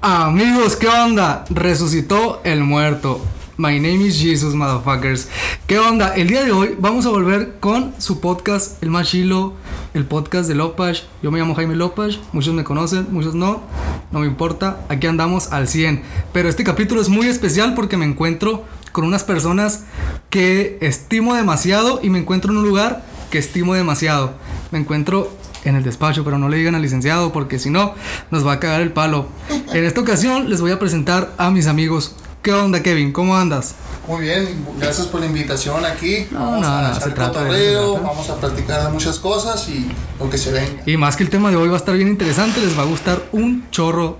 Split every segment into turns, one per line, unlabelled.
Amigos, ¿qué onda? Resucitó el muerto. My name is Jesus, motherfuckers. ¿Qué onda? El día de hoy vamos a volver con su podcast, El Más Chilo, el podcast de Lopash. Yo me llamo Jaime Lopash, muchos me conocen, muchos no, no me importa. Aquí andamos al 100. Pero este capítulo es muy especial porque me encuentro con unas personas que estimo demasiado y me encuentro en un lugar que estimo demasiado. Me encuentro en el despacho, pero no le digan al licenciado porque si no nos va a cagar el palo. En esta ocasión les voy a presentar a mis amigos. ¿Qué onda, Kevin? ¿Cómo andas?
Muy bien, gracias por la invitación aquí.
No,
vamos
no, no,
a
se
hacer
trata de
cotorreo,
eso, se trata.
vamos a platicar de muchas cosas y lo que se venga.
Y más que el tema de hoy va a estar bien interesante, les va a gustar un chorro.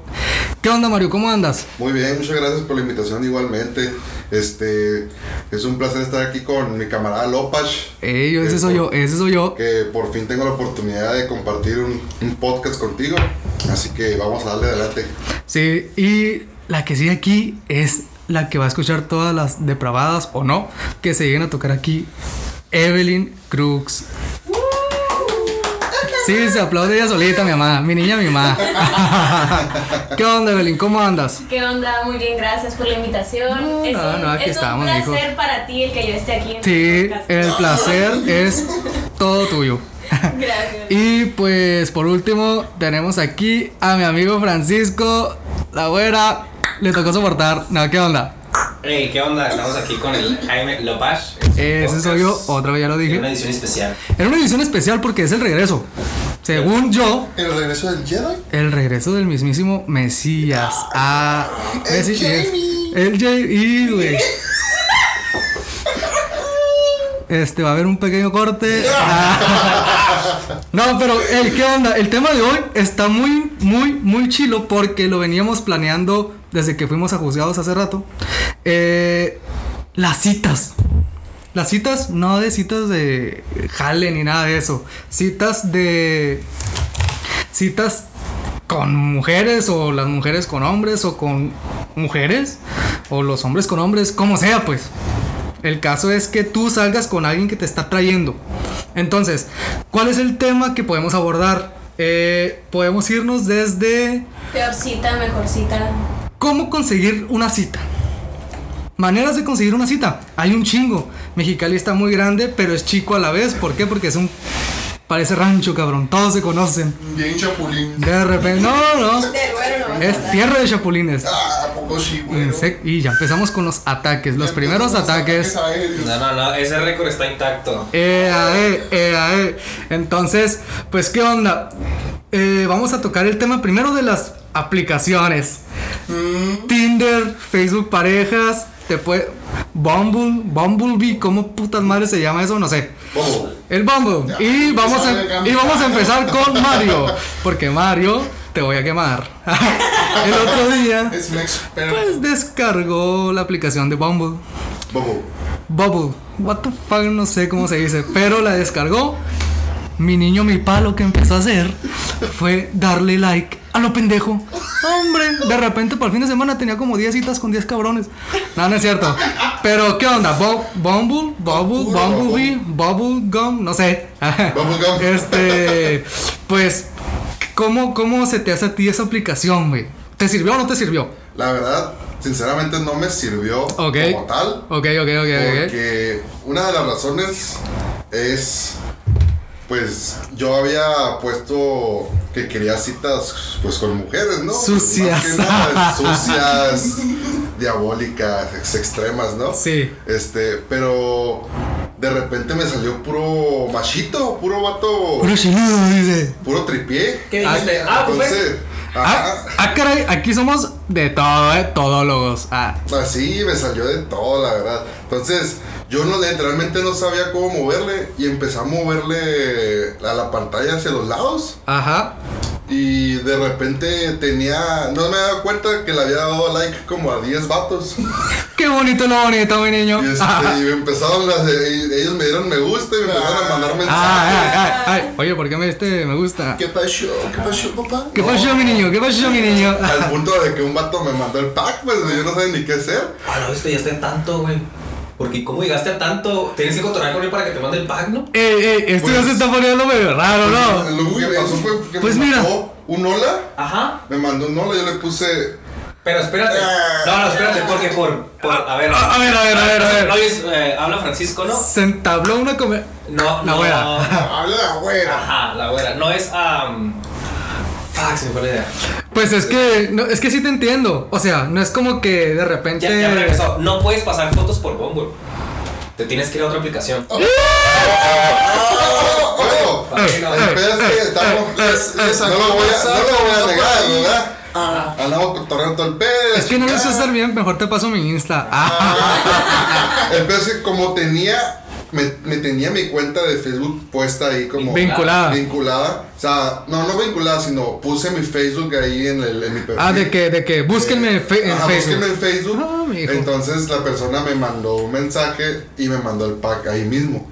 ¿Qué onda, Mario? ¿Cómo andas?
Muy bien, muchas gracias por la invitación igualmente. Este es un placer estar aquí con mi camarada Lopash.
Ey, yo, ese
Que
soy yo,
por-
ese soy yo.
Que por fin tengo la oportunidad de compartir un, un podcast contigo. Así que vamos a darle adelante.
Sí, y la que sigue aquí es la que va a escuchar todas las depravadas o no que se lleguen a tocar aquí. Evelyn Crux. Sí, se aplaude ella solita, mi mamá. Mi niña, mi mamá. ¿Qué onda, Evelyn? ¿Cómo andas?
¿Qué onda? Muy bien, gracias por la invitación.
No,
es
no,
un,
no, aquí
es un
estamos,
placer
mijo.
para ti el que yo esté aquí. En
Sí,
tu podcast.
el placer es todo tuyo.
Gracias.
Y pues por último tenemos aquí a mi amigo Francisco, la güera. Le tocó soportar. No, ¿qué onda?
Hey, ¿qué onda? Estamos aquí con el Jaime Lopash.
Ese soy yo, otra vez ya lo
En
dije.
una edición especial.
Era una edición especial porque es el regreso. Según yo,
El regreso del Jedi.
el regreso del mismísimo Mesías. Ah,
El Jamie.
El Jamie, güey. Este, va a haber un pequeño corte. Ah. No, pero, ey, ¿qué onda? El tema de hoy está muy, muy, muy chilo porque lo veníamos planeando desde que fuimos a juzgados hace rato. Eh, las citas. Las citas, no de citas de jale ni nada de eso. Citas de. Citas con mujeres o las mujeres con hombres o con mujeres o los hombres con hombres, como sea, pues. El caso es que tú salgas con alguien que te está trayendo. Entonces, ¿cuál es el tema que podemos abordar? Eh, podemos irnos desde
Peor cita, mejor cita.
¿Cómo conseguir una cita? Maneras de conseguir una cita. Hay un chingo. Mexicali está muy grande, pero es chico a la vez. ¿Por qué? Porque es un... Parece rancho, cabrón. Todos se conocen.
Bien chapulín.
De repente... No, no.
Del bueno no vas a
Es
hablar.
tierra de chapulines.
Ah, ¿a poco sí, güey.
Insec- Y ya empezamos con los ataques. Los primeros ataques.
A él.
No, no, no, ese récord está intacto.
Eh, a ver, eh, a ver. Entonces, pues, ¿qué onda? Eh, vamos a tocar el tema primero de las aplicaciones. Tinder, Facebook Parejas, te puede... Bumble, Bumblebee, ¿cómo putas madres se llama eso? No sé.
Bobo,
El Bumble. y,
Ya,
vamos
empezamos a
a, em, y
cambiar.
vamos a empezar con Mario. Porque Mario, te voy a quemar. el otro día,
Es un experto.
pues, descargó la aplicación de Bumble.
bobo.
Bubble. What the fuck, no sé cómo se dice. Pero la descargó. Mi niño, mi palo que empezó a hacer fue darle like a lo pendejo. Hombre, de repente para el fin de semana tenía como 10 citas con 10 cabrones. No, no es cierto. Pero, ¿qué onda? Bo- Bumble, Bubble,
Puro
Bumblebee, Bubble Gum, no sé.
Bubblegum.
Este, pues, ¿cómo, ¿cómo se te hace a ti esa aplicación, güey? ¿Te sirvió o no te sirvió?
La verdad, sinceramente no me sirvió
Ok.
como tal.
Ok, ok, ok, ok.
Porque una de las razones es, pues, yo había puesto que quería citas, pues, con mujeres, ¿no?
Sucias.
Más que nada, sucias, diabólicas, ex- extremas, ¿no?
Sí.
Este, pero de repente me salió puro machito, puro vato,
Puro chiludo, dice.
puro tripié.
¿Qué dijiste? Ah, pues fue.
Entonces,
Ah,
ajá,
ah, caray, aquí somos de todo, eh, todólogos. Ah,
Así me salió de todo, la verdad. Entonces, yo no literalmente no sabía cómo moverle y empecé a moverle a la pantalla hacia los lados
ajá.
y de repente tenía, no me daba cuenta que le había dado like como a 10 vatos.
Qué bonito lo bonito, mi niño.
Y, este,
Ah,
y me empezaron las de- y ellos me dieron me gusta y me empezaron a
Ah.
mandar mensajes.
ay, ay, ah, ay. Oye, ¿por qué me este me gusta?
¿Qué pasó? ¿Qué pasó, papá?
¿Qué pasó, mi niño? ¿Qué pasó, mi niño? Ah,
Al punto de que un vato me mandó el pack, pues yo no sabía ni qué hacer.
Ah, no, esto ya está en tanto, güey. Porque, ¿cómo llegaste a tanto? Tienes que controlar con él para que te mande el pack, ¿no?
Ey, ey, esto ya se está poniendo medio raro, ¿no?
Lo que pasó fue que
Pues
me
mira.
mandó un hola,
Ajá.
me mandó un hola, yo le puse
Pero espérate. No, no, espérate, porque por. por- a ver.
A ver, a ver, a ver, a ver.
¿No oyes, eh, habla Francisco,
pues,
¿no?
Se entabló una come.
No,
La
no.
güera.
Habla la güera.
Ajá, la güera. No es. am, fuck, se me fue la idea.
Pues es que, no, es que sí te entiendo. O sea, no es como que de repente.
Ya, ya me regresó. No puedes pasar fotos por Bumble. Te tienes que ir a otra aplicación.
Oh,
Ah, bueno,
Ay, no.
el pedo
Eh,
es que estamos-
Les- les
no lo voy a,
acabas
no lo voy a
sacando
negar,
ahí.
¿verdad?
Ah.
Andamos cotorreando todo el pedo.
es que no lo sé
chingada.
hacer bien, mejor te paso mi Insta. Ah,
El pedo es que como tenía, me, me tenía mi cuenta de Facebook puesta ahí como
Vinculada.
vinculada. O sea, no, no vinculada, sino puse mi Facebook ahí en, el, en mi perfil.
ah, de que, de que, búsquenme en fe- en
Ajá, búsquenme
Facebook.
en Facebook.
Ah, mijo.
Entonces la persona me mandó un mensaje y me mandó el pack ahí mismo.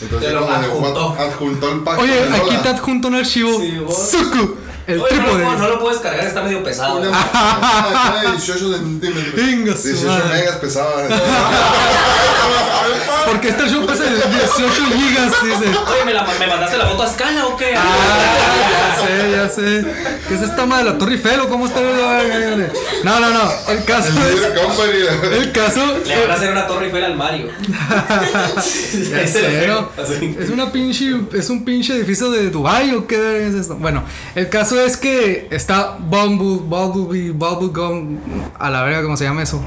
Entonces
Te lo
como de, what-
adjuntó.
adjuntó el pack.
Oye,
Hola.
aquí te adjunto un archivo.
Sí, vos.
Suku, el
Oye, no, lo
trípode.
puedo, no lo puedes cargar, está medio pesado.
Una- una de 18 centímetros.
Venga, su
18
madre.
megas pesaba.
Porque este show pesa de 18 gigas, dice.
Oye, ¿me, la- ¿me mandaste la foto a escala o qué?
Ah, ya sé, ya sé. ¿Qué es esta madre de la Torre Eiffel o cómo está? No, no, no. El caso
El
es.
Leader Company.
El caso.
Le van a hacer una torre Eiffel al Mario.
Ya
Ese
sé, ¿no?
lo tengo.
Este, Es una pinche, es un pinche edificio de Dubai o qué verga es esto. Bueno, el caso es que está Bumble, Bumblebee, Bubblegum, a la verga como se llama eso.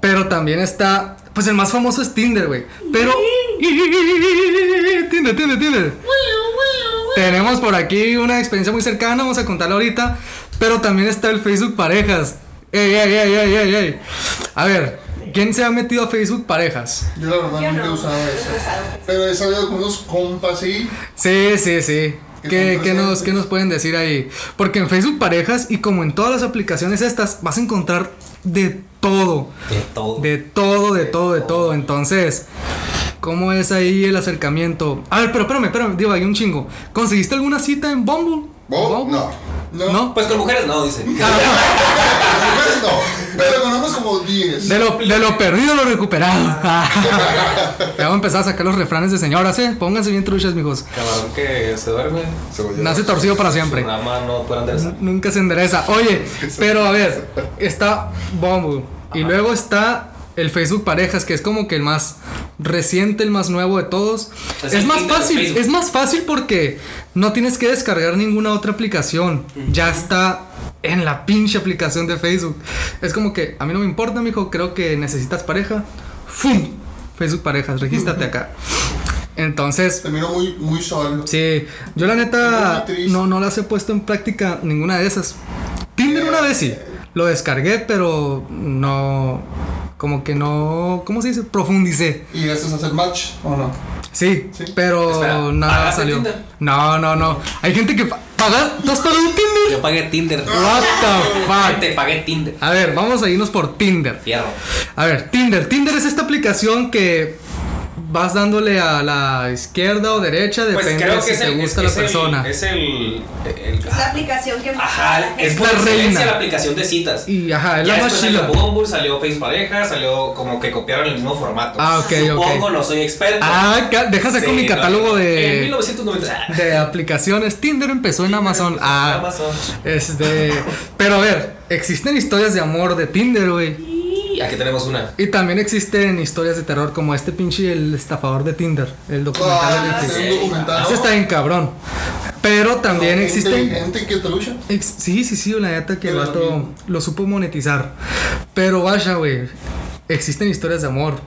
Pero también está, pues el más famoso es Tinder, güey. Pero Tinder, Tinder, Tinder. Tenemos por aquí una experiencia muy cercana, vamos a contarla ahorita. Pero también está el Facebook Parejas. Ey, ey, ey, ey, ey, ey. A ver, ¿quién se ha metido a Facebook Parejas?
Yo la verdad
Yo
nunca he
no.
usado eso.
He usado.
Pero he sabido con unos compas sí.
Sí, sí, sí.
Que
¿Qué,
son
qué nos,
presentes.
qué nos pueden decir ahí? Porque en Facebook Parejas y como en todas las aplicaciones estas, vas a encontrar de todo.
De todo.
De todo, de todo, de todo. Entonces, ¿cómo es ahí el acercamiento? A ver, pero espérame, espérame, digo, hay un chingo. ¿Conseguiste alguna cita en Bumble?
¿Vos?
¿Bumble?
No.
No.
¿No?
Pues con mujeres no, dice.
Pues no.
Pero conozco como 10.
De lo, de lo perdido lo recuperado. ya voy a empezar a sacar los refranes de señoras, ¿eh? Pónganse bien truchas, mijos.
Camarón que se duerme.
Se lo llevo.
Nace torcido para siempre.
Su rama no puede enderezar.
Nunca se endereza. Oye, pero a ver, está Bumble. Y luego está el Facebook Parejas, que es como que el más reciente, el más nuevo de todos. Es,
Es el
más
Tinder de
fácil,
Facebook.
es más fácil porque no tienes que descargar ninguna otra aplicación. Ya está en la pinche aplicación de Facebook. Es como que a mí no me importa, mijo, creo que necesitas pareja. ¡Fum! Facebook Parejas, regístrate acá. Entonces,
Te miro muy, muy solo.
Sí, yo la
Muy
neta
triste.
no, no las he puesto en práctica ninguna de esas. Tinder una vez sí, lo descargué, pero no, como que no, ¿cómo se dice? Profundicé.
¿Y estos hacen match o no?
Sí,
Sí.
pero
Espera,
nada
¿pagaste
salió.
Tinder?
No, no, no. Hay gente que pa- paga, ¿tú has pagado un Tinder?
Yo pagué Tinder.
What the fuck.
Te pagué Tinder.
A ver, vamos a irnos por Tinder.
Fierro.
A ver, Tinder. Tinder es esta aplicación que vas dándole a la izquierda o derecha,
Pues
depende de si te gusta la
el-
persona.
es el. el-
Es la aplicación que
ajá, es por
la
excelencia
reina.
la aplicación de citas.
Y ajá, es
ya
la más
después salió
chila.
Bumble, salió Face Pareja, salió como que copiaron el mismo formato.
Ah, ok, ok.
Supongo, no soy experto.
Ah, ca- deja saco
Sí,
mi
no,
catálogo
En
de,
1990.
de aplicaciones. Tinder empezó en Amazon. Ah,
Ah, Amazon.
Este. Pero a ver, existen historias de amor de Tinder, güey.
Y aquí tenemos una.
Y también existen historias de terror como este pinche el estafador de Tinder, el documental de
Ah,
Netflix.
sí, un documental.
Ese está bien cabrón. Pero también
Gente
existen.
Inteligente que trucha.
Ex- sí, sí, sí, la neta que el
Pero lo
vato
mismo.
lo supo monetizar. Pero vaya, güey. Existen historias de amor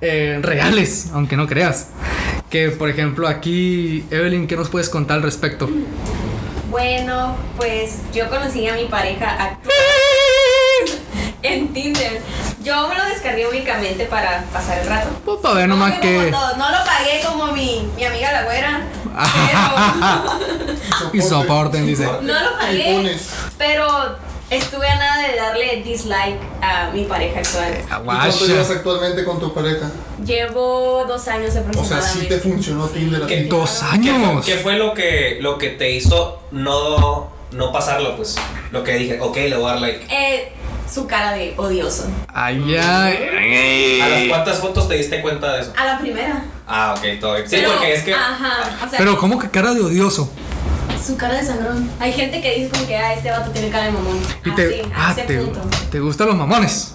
eh, reales, aunque no creas. Que por ejemplo aquí, Evelyn, ¿qué nos puedes contar al respecto? Pues,
Bueno, pues yo conocí a mi pareja actual en Tinder. Yo me lo descargué únicamente para pasar el rato.
Pues para ver
No,
nomás
fue como
que...
todo, no lo pagué como mi, mi amiga la güera.
Y
Pero
soporten, dice.
no lo pagué.
Tribunes.
Pero estuve a nada de darle dislike a mi pareja actual.
¿Y ¿Cuánto
Aguasha.
llevas actualmente con tu pareja?
Llevo dos años
O sea,
aproximadamente.
sí te funcionó Tinder
¿Qué?
así.
Dos
¿Qué fue,
años.
qué fue lo que lo que te hizo no, no pasarlo? Pues lo que dije, ok, le voy a dar like.
Eh, su cara de odioso.
Ay, ay.
¿A las cuántas fotos te diste cuenta de eso?
A la primera.
Ah, ok, todo bien. Sí,
Pero,
porque es que.
Ajá. O sea,
Pero como que cara de odioso.
Su cara de sangrón.
Hay gente que dice como que, ah, este vato tiene cara de mamón.
Y
Así,
te,
a
ah,
ese
te,
punto.
te gustan los mamones.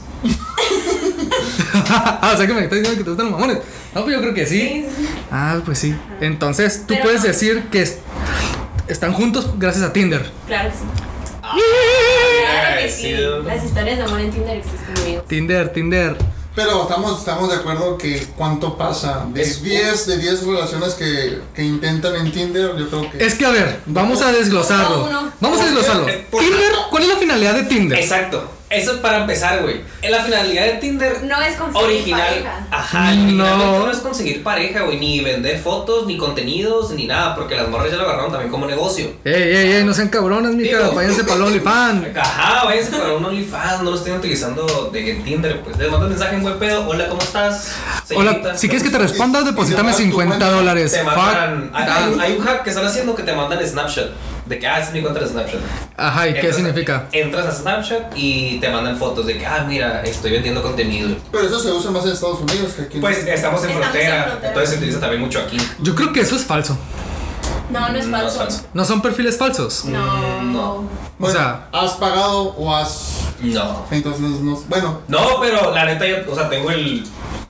ah, o sea que me estás diciendo que te gustan los mamones. No, pues yo creo que sí.
Sí.
Ah, pues sí. Entonces, tú
Pero
puedes
no.
decir que es- están juntos gracias a Tinder.
Claro que sí. Claro que sí.
Agradecido.
Las historias de amor en Tinder existen, amigos.
Tinder, Tinder.
Pero estamos, estamos de acuerdo que cuánto pasa. De
Es-
10 de 10 relaciones que, que intentan en Tinder, yo creo que.
Es que a ver, vamos a desglosarlo.
No, no.
Vamos a desglosarlo.
¿Por qué?
Tinder, ¿cuál es la finalidad de Tinder?
Exacto. Eso es para empezar, güey. Es la finalidad de Tinder.
No es conseguir
original.
pareja.
Ajá,
No.
originalmente no es conseguir pareja, güey, ni vender fotos, ni contenidos, ni nada, porque las morras ya lo agarraron también como negocio.
Ey, ey, ey, no sean cabronas, mija.
Digo.
Váyanse para el OnlyFans.
Ajá, váyanse para un OnlyFans, no lo estén utilizando de Tinder, pues. Les mando un mensaje en buen pedo. Hola, ¿cómo estás?
Hola,
Señorita.
si quieres que te responda, deposítame
vas tu
50
cuenta.
dólares.
Te
Fuck.
mandan, hay, hay un- hay un hack que están haciendo que te mandan Snapchat. De que, ah, esta es mi cuenta de Snapchat.
Ajá, ¿y qué
Entras a-
significa?
Entras a Snapchat y te mandan fotos de que, ah, mira, estoy vendiendo contenido.
Pero eso se usa más en Estados Unidos que aquí. en-
Pues estamos en
Estamos en
frontera,
frontera.
entonces se utiliza también mucho aquí.
Yo creo que eso es falso.
No, no es falso.
No son perfiles falsos.
No.
No.
Bueno,
sea-
has pagado o has.
No.
Entonces, no. Bueno,
No, pero la neta, yo, o sea, tengo el.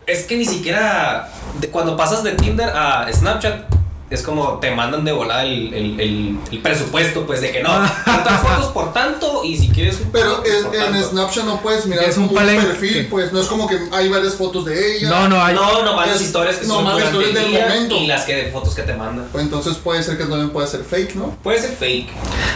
Es que ni siquiera. de- cuando pasas de Tinder a Snapchat, es como te mandan de volada el, el- el- el presupuesto, pues de que no. Tantas fotos por tanto y si quieres. un
pero
fotos
es-
por
en
tanto.
Snapchat no puedes mirar
Ah, Es un
como
palenque.
perfil, pues no es como que hay varias fotos de ella.
No, no hay.
No, no van las
Es-
historias que
no,
son
más
durante
historias del
el día
momento.
y las que de fotos que te mandan.
Pues entonces puede ser que también pueda ser fake, ¿no?
Puede ser fake.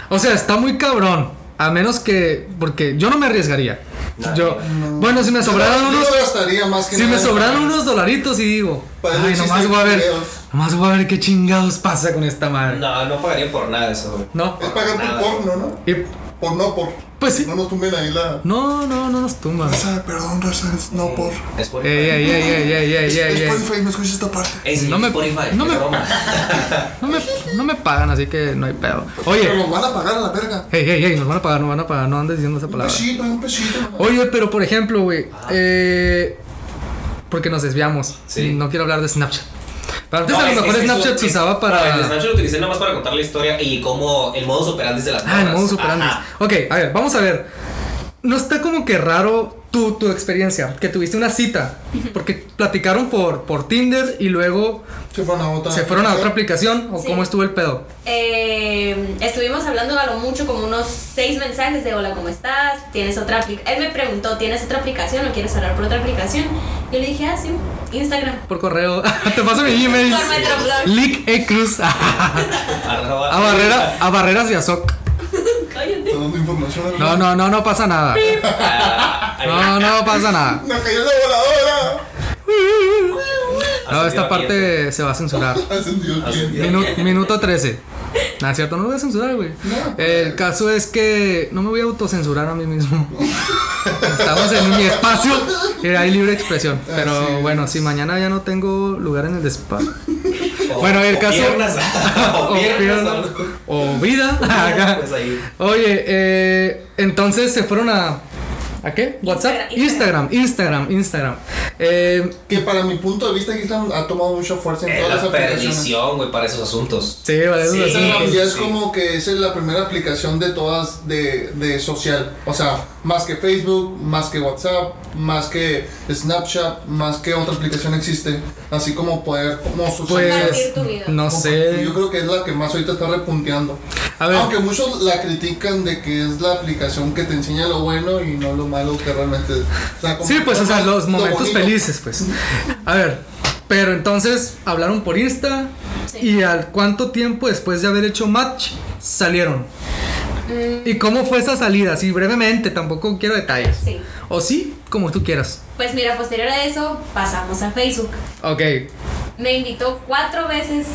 O sea, está muy cabrón. A menos que. Porque yo no me arriesgaría.
No.
Yo. Bueno, si me sobraron
Yo
unos.
lo gastaría más que
Si me
nada.
sobraron unos dolaritos y digo.
Para eso
Ay,
existen
nomás voy a ver.
videos.
Nomás voy a ver qué chingados pasa con esta madre.
No, no pagaría por nada de eso, güey.
No.
Es pagar por
Nada.
porno, ¿no?
Y-
Por no por.
Pues sí.
No nos tumben ahí la.
No, no, no nos tumbas.
Raza, perdón, Raza, es no por.
Es por
Ey, ey, ey, ey, ey, ey,
Es,
ey,
es
ey.
Spotify, no escuches esta parte.
Es
eh, No me-
Spotify,
no
es
me-
broma.
No me, no me pagan, así que no hay pedo.
Pero
Oye,
nos van a pagar a la verga.
hey, hey, hey, nos van a pagar, nos van a pagar, no andes diciendo esa
Un
palabra.
pesito, un pesito.
Oye, pero por ejemplo, güey, eh, porque nos desviamos.
Sí.
No quiero hablar de Snapchat. Pero antes
No,
a
es-
lo mejor
es que
Snapchat
su-
se
es-
usaba
no, el
para.
Snapchat lo utilicé nada más para contar la historia y cómo el modo operandi de las
Ah, el
morras.
modus operandi.
Ajá.
Ok, a ver, vamos a ver. No está como que raro tú, tu experiencia, que tuviste una cita, porque platicaron por, por Tinder y luego
Se fueron a otra.
se fueron a otra aplicación, o
Sí.
cómo estuvo el pedo.
Eh, estuvimos hablando a lo mucho como unos seis mensajes de hola, ¿cómo estás? ¿Tienes otra aplicación? Él me preguntó, ¿tienes otra aplicación o quieres hablar por otra aplicación? Yo le dije, ah, sí, Instagram.
Por correo. Te paso mi email.
Por Metroblog.
Lick E. Cruz. a,
Arroba-
Ah, barrera, a barreras de Azoc.
Cállate.
Está dando información. a la-
No, no, no, no pasa nada.
Ah, ahí va.
No, no pasa nada.
¡Me cayó la voladora!
No,
Ascendió
esta
a quien.
parte se va a censurar.
Ascendió bien.
Minu- minuto 13. Nada, es cierto, no lo voy a censurar, güey. El caso es que no me voy a autocensurar a mí mismo. Estamos en mi espacio y hay libre expresión.
Así
Pero
es.
bueno, si mañana ya no tengo lugar en el spa
O-
Bueno, el
o
caso-
piernas. o
o,
piernas,
pierna,
¿no?
o vida, acá.
Pues ahí.
Oye, eh, entonces se fueron a. ¿A qué? ¿WhatsApp? Instagram,
Instagram,
Instagram, Instagram. Eh,
Que para mi punto de vista, Instagram ha tomado mucha fuerza en
Es
todas
Eh,
las
la
aplicaciones.
perdición, güey, para esos asuntos.
sí, vale,
Sí,
eso es
Instagram
así.
ya es
sí.
como que esa es la primera aplicación de todas de, de social. O sea, más que Facebook, más que WhatsApp, más que Snapchat, más que otra aplicación existe. Así como poder como socializar.
Pues,
tu vida.
no sé.
Yo creo que es la que más ahorita está repunteando.
A ver.
Aunque muchos la critican de que es la aplicación que te enseña lo bueno y no lo malo que realmente es. O sea, como
Sí, pues, o sea,
lo
los momentos
bonito.
felices, pues. A ver, pero entonces hablaron por Insta y al cuánto tiempo después de haber hecho match salieron.
Mm.
¿Y cómo fue esa salida? Así brevemente, tampoco quiero detalles.
Sí.
O sí, como tú quieras.
Pues mira, posterior a eso, pasamos a Facebook.
Ok.
Me invitó cuatro veces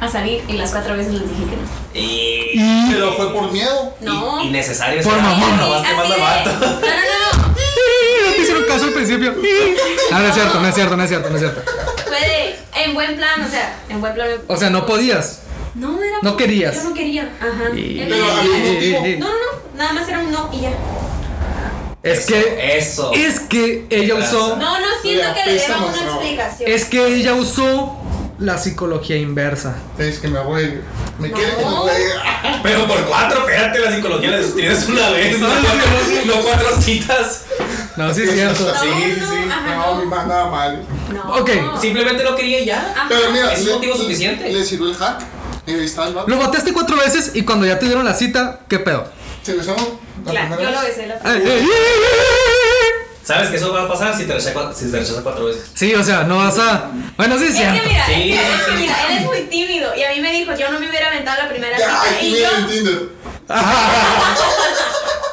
a salir y las cuatro veces les dije que no.
Y.
Pero fue por miedo.
No.
Innecesario.
Por mamón.
Nada más te
Así
manda
de-
vato.
No, no, no.
No te hicieron caso al principio. No, no es cierto, no es cierto, no es cierto, no es cierto.
Fue de, en buen plan, o sea, en buen plan.
O sea, no podías.
No, era
No querías.
Yo no quería. Ajá.
Y-
Él
Pero
me decía,
había un motivo.
y- y-
No, no, no. Nada más era un no y ya.
Es que.
Eso.
Es que ella usó.
No, no siento
Oye,
que le
apesta
deba una
más, no.
explicación.
Es que ella usó la psicología inversa.
Es que mi abuelo me
No.
quiere como play.
Pero por cuatro, fíjate, la psicología la tienes una vez, no cuatro, no cuatro citas.
No, sí es cierto.
No,
Sí,
no,
sí.
ajá,
No, mi mamá nada mal.
No.
Ok,
Simplemente no quería ya.
Ajá.
Pero mira,
¿Es
le-
motivo
le-
suficiente?
Le sirvió el hack. Y ahí está el vato.
Lo boteaste cuatro veces y cuando ya te dieron la cita, ¿qué pedo?
¿Se besó? la
Claro, yo
primera
lo
vez?
besé la
Ay, ay, ay, ay.
¿Sabes que eso va a pasar si te rechaza cua- si te rechaza cuatro veces?
Sí, o sea, no vas a. Bueno, sí es
Es que
cierto.
mira,
Sí,
es que-
sí,
es que
sí.
mira, él es muy tímido y a mí me dijo, yo no me hubiera aventado la primera
Ya,
cita
aquí
y
viene
yo
el Tinder.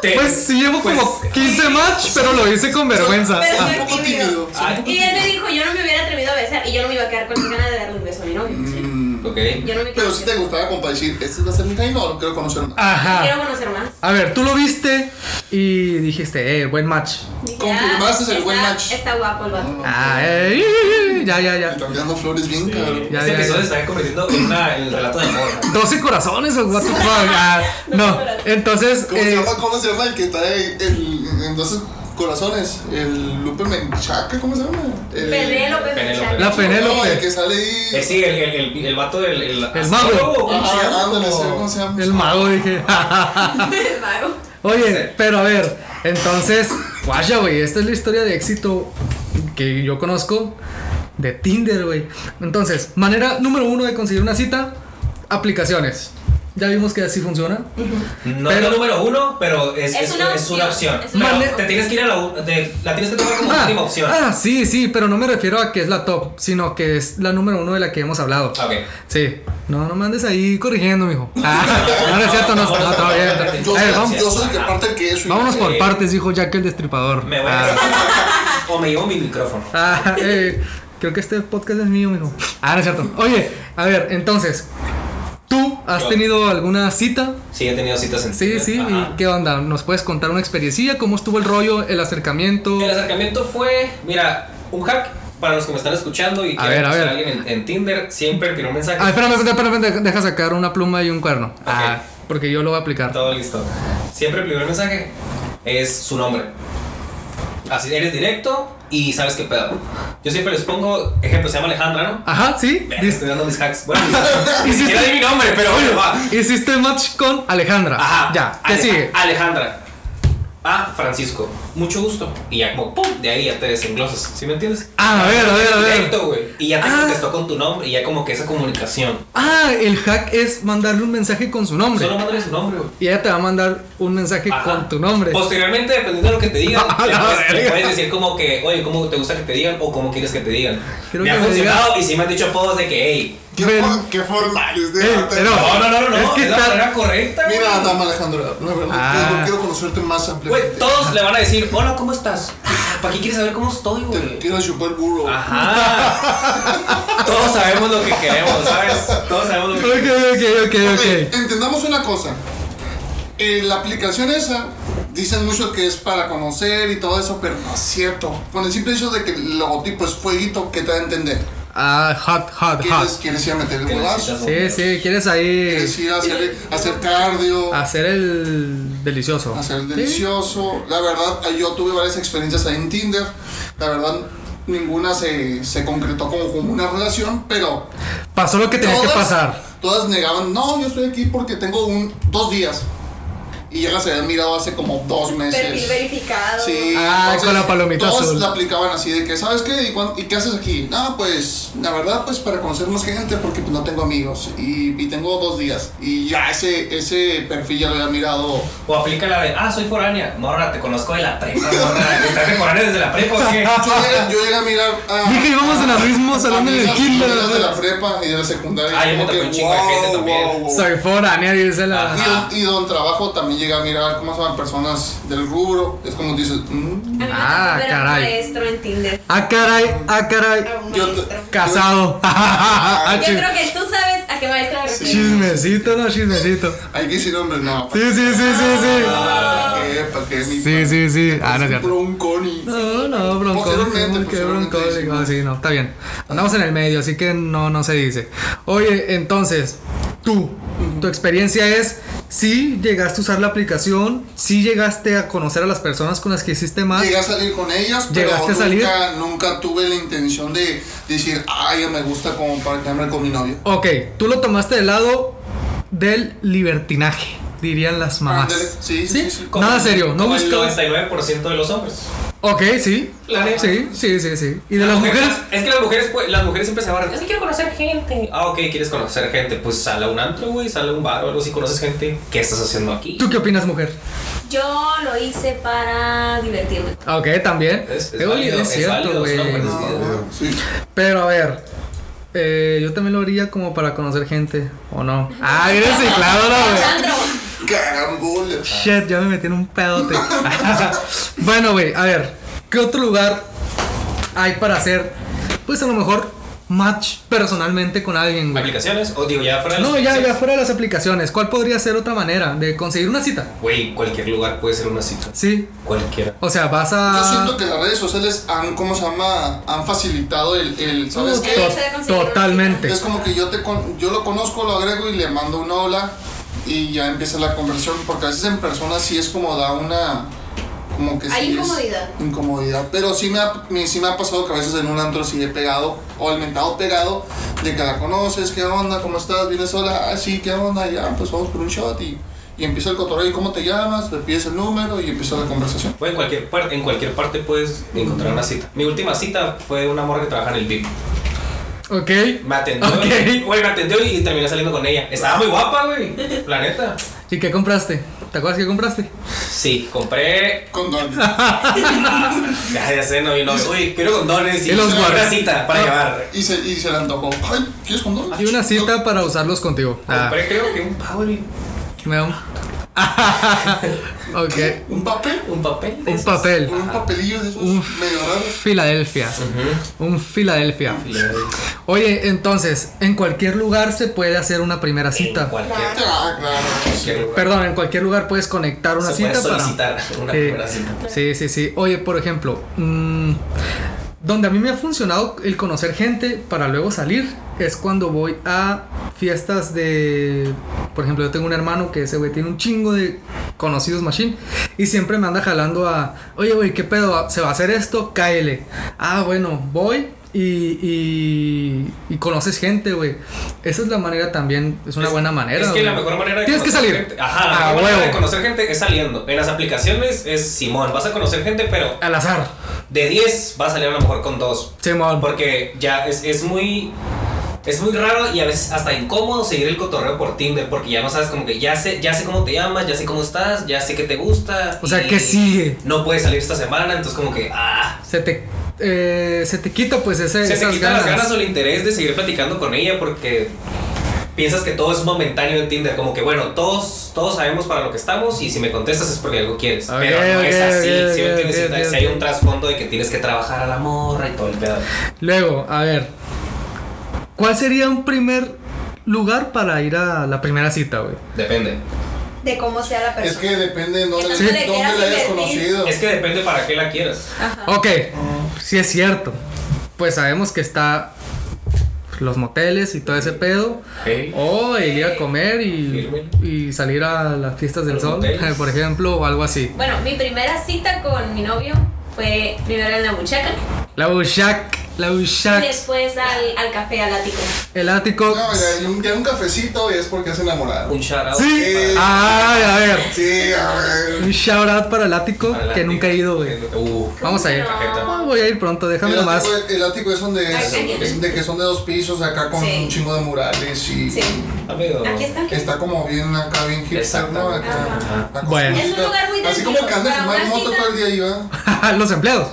Te-
Pues sí llevo
pues,
como 15 match, pero lo hice con vergüenza.
pero
Ah,
soy
un poco tímido.
tímido.
Ay,
Y él me dijo, yo no me hubiera atrevido a besar y yo no me iba a quedar con las ganas de darle un beso a mi novio. sí.
ok.
Yo no me
Mm. Pero
quiero.
si te gustaba compa decir, este va a ser mi rey, no, lo quiero conocer más.
Ajá.
Quiero conocer más.
A ver, tú lo viste y dijiste, eh, buen match.
Dije,
Confirmaste
ah,
el buen
está-
match.
Está guapo el vato.
Ah, eh, ya, ya, ya.
Y cambiando flores bien, cabrón.
Ya,
este
ya,
episodio
ya.
se está convirtiendo en, una, en el relato de amor.
12 corazones, o what the fuck. Ah, no, entonces.
¿Cómo, se
eh,
llama, ¿Cómo se llama el que trae el, entonces corazones? El Lupe Menchaca, ¿cómo se llama? El,
Penélope,
Penélope.
Menchaca.
La Penélope.
No, el que sale ahí.
Eh, sí, el, el, el, el vato del. El,
El mago.
astrólogo, ¿cómo se llama?
Ah, ándale, sí, ¿cómo se llama?
el mago, dije.
El vago.
Oye, pero a ver, entonces, guaya, güey, esta es la historia de éxito que yo conozco de Tinder, güey. Entonces, manera número uno de conseguir una cita, aplicaciones. Ya vimos que así funciona.
No
Pero-
es la número uno, pero es,
Es
es,
una
es una
opción,
opción.
es una
Pero
opción.
te tienes que ir a la, u- de- la tienes que tomar como última opción.
ah, sí, sí, pero no me refiero a que es la top, sino que es la número uno de la que hemos hablado.
Ah, Ok.
Sí, no, no me andes ahí corrigiendo, mijo. Ah, no, no es cierto, no, no, está bien.
Yo,
A ver,
soy-
vamos-
yo soy el que parte el queso. y-
vámonos por partes, dijo Jack el Destripador.
Me voy
Ah.
a. o me llevo mi micrófono.
Ah, eh, creo que este podcast es mío, mijo. Ah, no es cierto. Oye, a ver, entonces, ¿tú has
Yo.
tenido alguna cita?
Sí, he tenido citas en
Sí,
Tinder,
sí,
ajá.
¿y qué onda? ¿Nos puedes contar una experiencia? ¿Cómo estuvo el rollo, el acercamiento?
El acercamiento fue, mira, un hack para los que me están escuchando y
A
quieren
ver, a
conocer
ver.
alguien en, en Tinder, siempre tiene un mensaje.
Ah, espérame, espérame, espérame, de- deja sacar una pluma y un cuerno. Ah, porque yo lo voy a aplicar.
Todo listo. Siempre el primer mensaje es su nombre. Así eres directo y sabes qué pedo. Yo siempre les pongo, ejemplo, se llama Alejandra, ¿no?
Ajá, sí.
Verga,
dis-
Estoy dando mis hacks. Bueno,
Y
ni
si
siquiera
te-
di mi nombre, pero bueno, va.
Hiciste match con Alejandra.
Ajá.
Ya, ¿qué
Ale-
sigue?
Alejandra. Ah, Francisco. Mucho gusto. Y ya como, pum, de ahí ya te desenglosas. ¿Sí me entiendes?
Ah, a ver, a ver, a ver.
Directo, güey. Y ya te
Ah.
contestó con tu nombre y ya como que esa comunicación.
Ah, el hack es mandarle un mensaje con su nombre.
Solo mándale su nombre, güey.
Y ella te va a mandar un mensaje
Ajá.
con tu nombre.
Posteriormente, dependiendo de lo que te digan,
A
le
la
puedes, le
verga.
puedes decir como que, oye, ¿cómo te gusta que te digan o cómo quieres que te digan?
Quiero
me
que
ha
me
funcionado y sí me han dicho apodos de que, hey,
Qué,
Ven.
for- qué formales, de
Eh, pero-
no, no, no, no, no,
Es
es,
que
la
está-
manera correcta. güey.
Mira, dama Alejandra, la verdad,
Ah.
yo quiero conocerte más ampliamente.
Güey, todos le van a decir, hola, ¿cómo estás? ¿Para qué quieres saber cómo estoy,
Te
güey?
quiero chupar el burro.
Ah,
Ajá. Todos sabemos lo que queremos, ¿sabes? Todos sabemos lo que
Ok,
queremos.
ok, ok,
Ok,
ok.
entendamos una cosa. Eh, la aplicación esa, dicen muchos que es para conocer y todo eso, pero no es cierto. Con el simple hecho de que el logotipo es fueguito, que te da a entender?
Ah, hot, hot,
¿Quieres,
hot.
quieres ir a meter el
Que
golazo?
necesitas Eh,
Sí,
bomberos.
sí, quieres ahí
¿Quieres ir a hacer, a hacer cardio?
ah,
hacer el delicioso.
hacer
Sí.
delicioso. La verdad, yo tuve varias experiencias ahí en Tinder. La verdad, ninguna se, se concretó como, como una relación, pero
Pasó lo que tenía que pasar.
Todas negaban, no, yo estoy aquí porque tengo un, dos días. Y ya las había mirado hace como dos
Perfil
meses.
verificado.
Sí,
Ah, con la palomita
todos
azul.
la aplicaban así de que, ¿sabes qué? ¿Y, cuán- y qué haces aquí? No, pues, la verdad, pues para conocer más gente porque pues, no tengo amigos y, y tengo dos días. Y ya ese, ese perfil ya lo había mirado.
O aplica la de, ah, soy foránea. Morra, te conozco de la prepa, morra. ¿Te estás de foránea desde la prepa o qué?
Yo llegué, yo llegué a mirar a...
Dije, íbamos en el mismo salón del
amigas-
kinder.
amigas de la prepa y de la secundaria.
Ah, yo me
como
topé
que,
un chingo de gente también.
Soy foránea, dice la.
Ajá.
Y, don- y don trabajo también llega a mirar cómo son personas del rubro. Es como dices, mm,
A mí me
Ah,
tocó ver a un
caray.
maestro en Tinder.
Ah, caray, ah, caray.
A un
Yo-
maestro.
Casado. Ah,
Yo
chi-
creo que tú sabes a qué maestro me refiero.
Chismecito, no, chismecito.
hay que decir hombre, no.
Sí, sí, sí, sí, sí.
¿Para qué? ¿Para qué? Ni
Sí,
pa-
sí, sí. Ah, no
Es
es
un
cierto.
bronconi.
No, no, bronco.
Posteriormente,
Qué bronco.
posteriormente
digo,
decimos.
sí, no, está bien. Andamos en el medio, así que no, no se dice. Oye, entonces, tú, tu experiencia es si llegaste a usar la aplicación, si llegaste a conocer a las personas con las que hiciste más.
Llegué a salir con ellas, pero
Ah. ¿Llegaste a salir?
nunca, nunca tuve la intención de decir, ay, me gusta como para quedarme con mi novia.
Ok, tú lo tomaste del lado del libertinaje, dirían las mamás.
Ándale, sí, sí, sí, sí.
Como-
Nada serio, no
como el
buscas.
99% de los hombres.
Ok, sí.
La neta.
Sí, sí, sí, sí. ¿Y de las mujeres?
Es que las mujeres, pues, las mujeres siempre se van Es que quiero conocer gente. Ah, ok, quieres conocer gente. Pues sale a un antro, güey, sale a un bar o algo. Si conoces gente, ¿qué estás haciendo aquí?
¿Tú qué opinas, mujer?
Yo lo hice para divertirme.
Ah, Ok, también.
Es- es
Eh, oye,
válido,
es
es
cierto,
válido,
güey.
es una buena-
Ah, bueno, sí.
Pero a ver, eh, yo también lo haría como para conocer gente, ¿o no? Ah, eres ciclado, no, güey.
Sandro,
Carambola.
Shit, ya me metí en un pedote. bueno, güey, a ver, ¿qué otro lugar hay para hacer? Pues a lo mejor match personalmente con alguien, güey.
¿Aplicaciones? O digo, ya fuera de las
No, ya, ya
aplicaciones.
fuera de las aplicaciones, ¿cuál podría ser otra manera de conseguir una cita?
Güey, cualquier lugar puede ser una cita.
Sí.
Cualquiera.
O sea, vas a.
Yo siento que las redes sociales han, ¿cómo se llama? Han facilitado el, el ¿sabes
Uh,
qué?
to-
Eso de conseguir una
totalmente.
Es como que yo te con- yo lo conozco, lo agrego y le mando un hola y ya empieza la conversión porque a veces en persona sí es como da una como que
Hay
sí es
incomodidad.
incomodidad, pero sí me, ha, me- sí me ha pasado que a veces en un antro sí he pegado o alimentado pegado de que la conoces, qué onda, cómo estás, vienes sola, ah sí, qué onda, ya pues vamos por un shot y, y empieza el cotorreo, ¿cómo te llamas? Le pides el número y empieza la conversación.
Güey, en cualquier, par- en cualquier parte puedes encontrar una cita. Mi última cita fue una morra que trabaja en el VIP.
Ok.
Me atendió.
Ok.
Güey, me atendió y terminé saliendo con ella. Estaba muy guapa, güey. La neta.
¿Y qué compraste? ¿Te acuerdas qué compraste?
Sí, compré.
Con
Ya, ya sé, no, y no. Uy, quiero condones y,
Y los
una
guardas. Ah.
cita para
No.
llevar.
y se, y se le antojó. Ay, ¿quieres condón?
Y una cita para usarlos contigo. Ah,
Ah, Compré, creo que un Power
me da un. ok.
¿Un papel?
un papel. de
Un
esos.
papel.
Un papelillo de esos
Uf.
medio raros.
Filadelfia. Un Filadelfia.
Y le doy
Oye, entonces, en cualquier lugar se puede hacer una primera
En
cita.
cualquier,
Ah, claro.
cualquier lugar.
Perdón, en cualquier lugar puedes conectar una
Se
cita
puede
para.
solicitar una
Sí.
primera cita.
Sí, sí, sí. Oye, por ejemplo, mm, donde a mí me ha funcionado el conocer gente para luego salir es cuando voy a fiestas de. Por ejemplo, yo tengo un hermano que ese güey tiene un chingo de conocidos machine y siempre me anda jalando a. Oye, güey, ¿qué pedo? ¿Se va a hacer esto? Cáele. Ah, bueno, voy. Y, y, y conoces gente, güey. Esa es la manera también, es una
Es-
buena manera.
Es que
güey.
la mejor manera de
Tienes que
conocer
salir.
gente- ajá, la
A
mejor manera de
huevo.
conocer gente es saliendo. En las aplicaciones es Simón, vas a conocer gente, pero
Al azar.
de 10 vas a salir a lo mejor con 2.
Simón.
Porque ya es, es muy. Es muy raro y a veces hasta incómodo seguir el cotorreo por Tinder porque ya no sabes como que ya sé, ya sé cómo te llamas, ya sé cómo estás, ya sé que te gusta.
O sea,
y
¿qué sigue?
No puedes salir esta semana, entonces como que ah,
se te eh, se te quita pues ese,
se te
esas
quitan
ganas.
las ganas o el interés de seguir platicando con ella porque piensas que todo es momentáneo en Tinder, como que bueno, todos todos sabemos para lo que estamos y si me contestas es porque algo quieres,
Ok,
pero no
ok,
es
ok,
así, si
ok,
me entiendes,
ok,
Si ta-
ok,
si hay
ok.
un trasfondo de que tienes que trabajar a la morra y todo el pedo.
Luego, a ver, ¿cuál sería un primer lugar para ir a la primera cita, güey?
Depende.
de cómo sea la
Es
persona.
que depende de dónde,
Que no
dónde
le quieras
la hayas
invertir.
conocido.
Es que depende para qué la quieras.
Ajá.
Ok, si es cierto. Pues sabemos que está los moteles y todo ese pedo.
Hey.
O el ir a comer y,
Firme.
y salir a las fiestas del
Los
sol,
moteles.
por ejemplo, o algo así.
Bueno, mi primera cita con mi novio fue primero en la buchaca
La Ushac, la
y
Ushac,
después al, al café, al ático.
el ático.
No, ya, ya un, ya un cafecito y es porque es enamorado.
Un shout out.
Sí, Ah,
Eh.
ay, a ver.
Sí, a ver.
Un shout out para el ático que nunca he ido, güey.
Uh,
Vamos a ir.
No.
Ah, voy a ir pronto, déjame
El
nomás.
ático, el ático es donde es,
Ay, ay, ay.
de que son de dos pisos acá con
Sí.
un chingo de murales y
Sí.
amigo.
Aquí está.
está como bien acá, bien hipster, ¿no?
Exactamente.
Acá,
Ajá.
la
Bueno.
costumbre.
Es un lugar muy
Así
tranquilo,
como que andan
para
fumando
una
moto
cita.
todo el día ahí, ¿va?
Los empleados.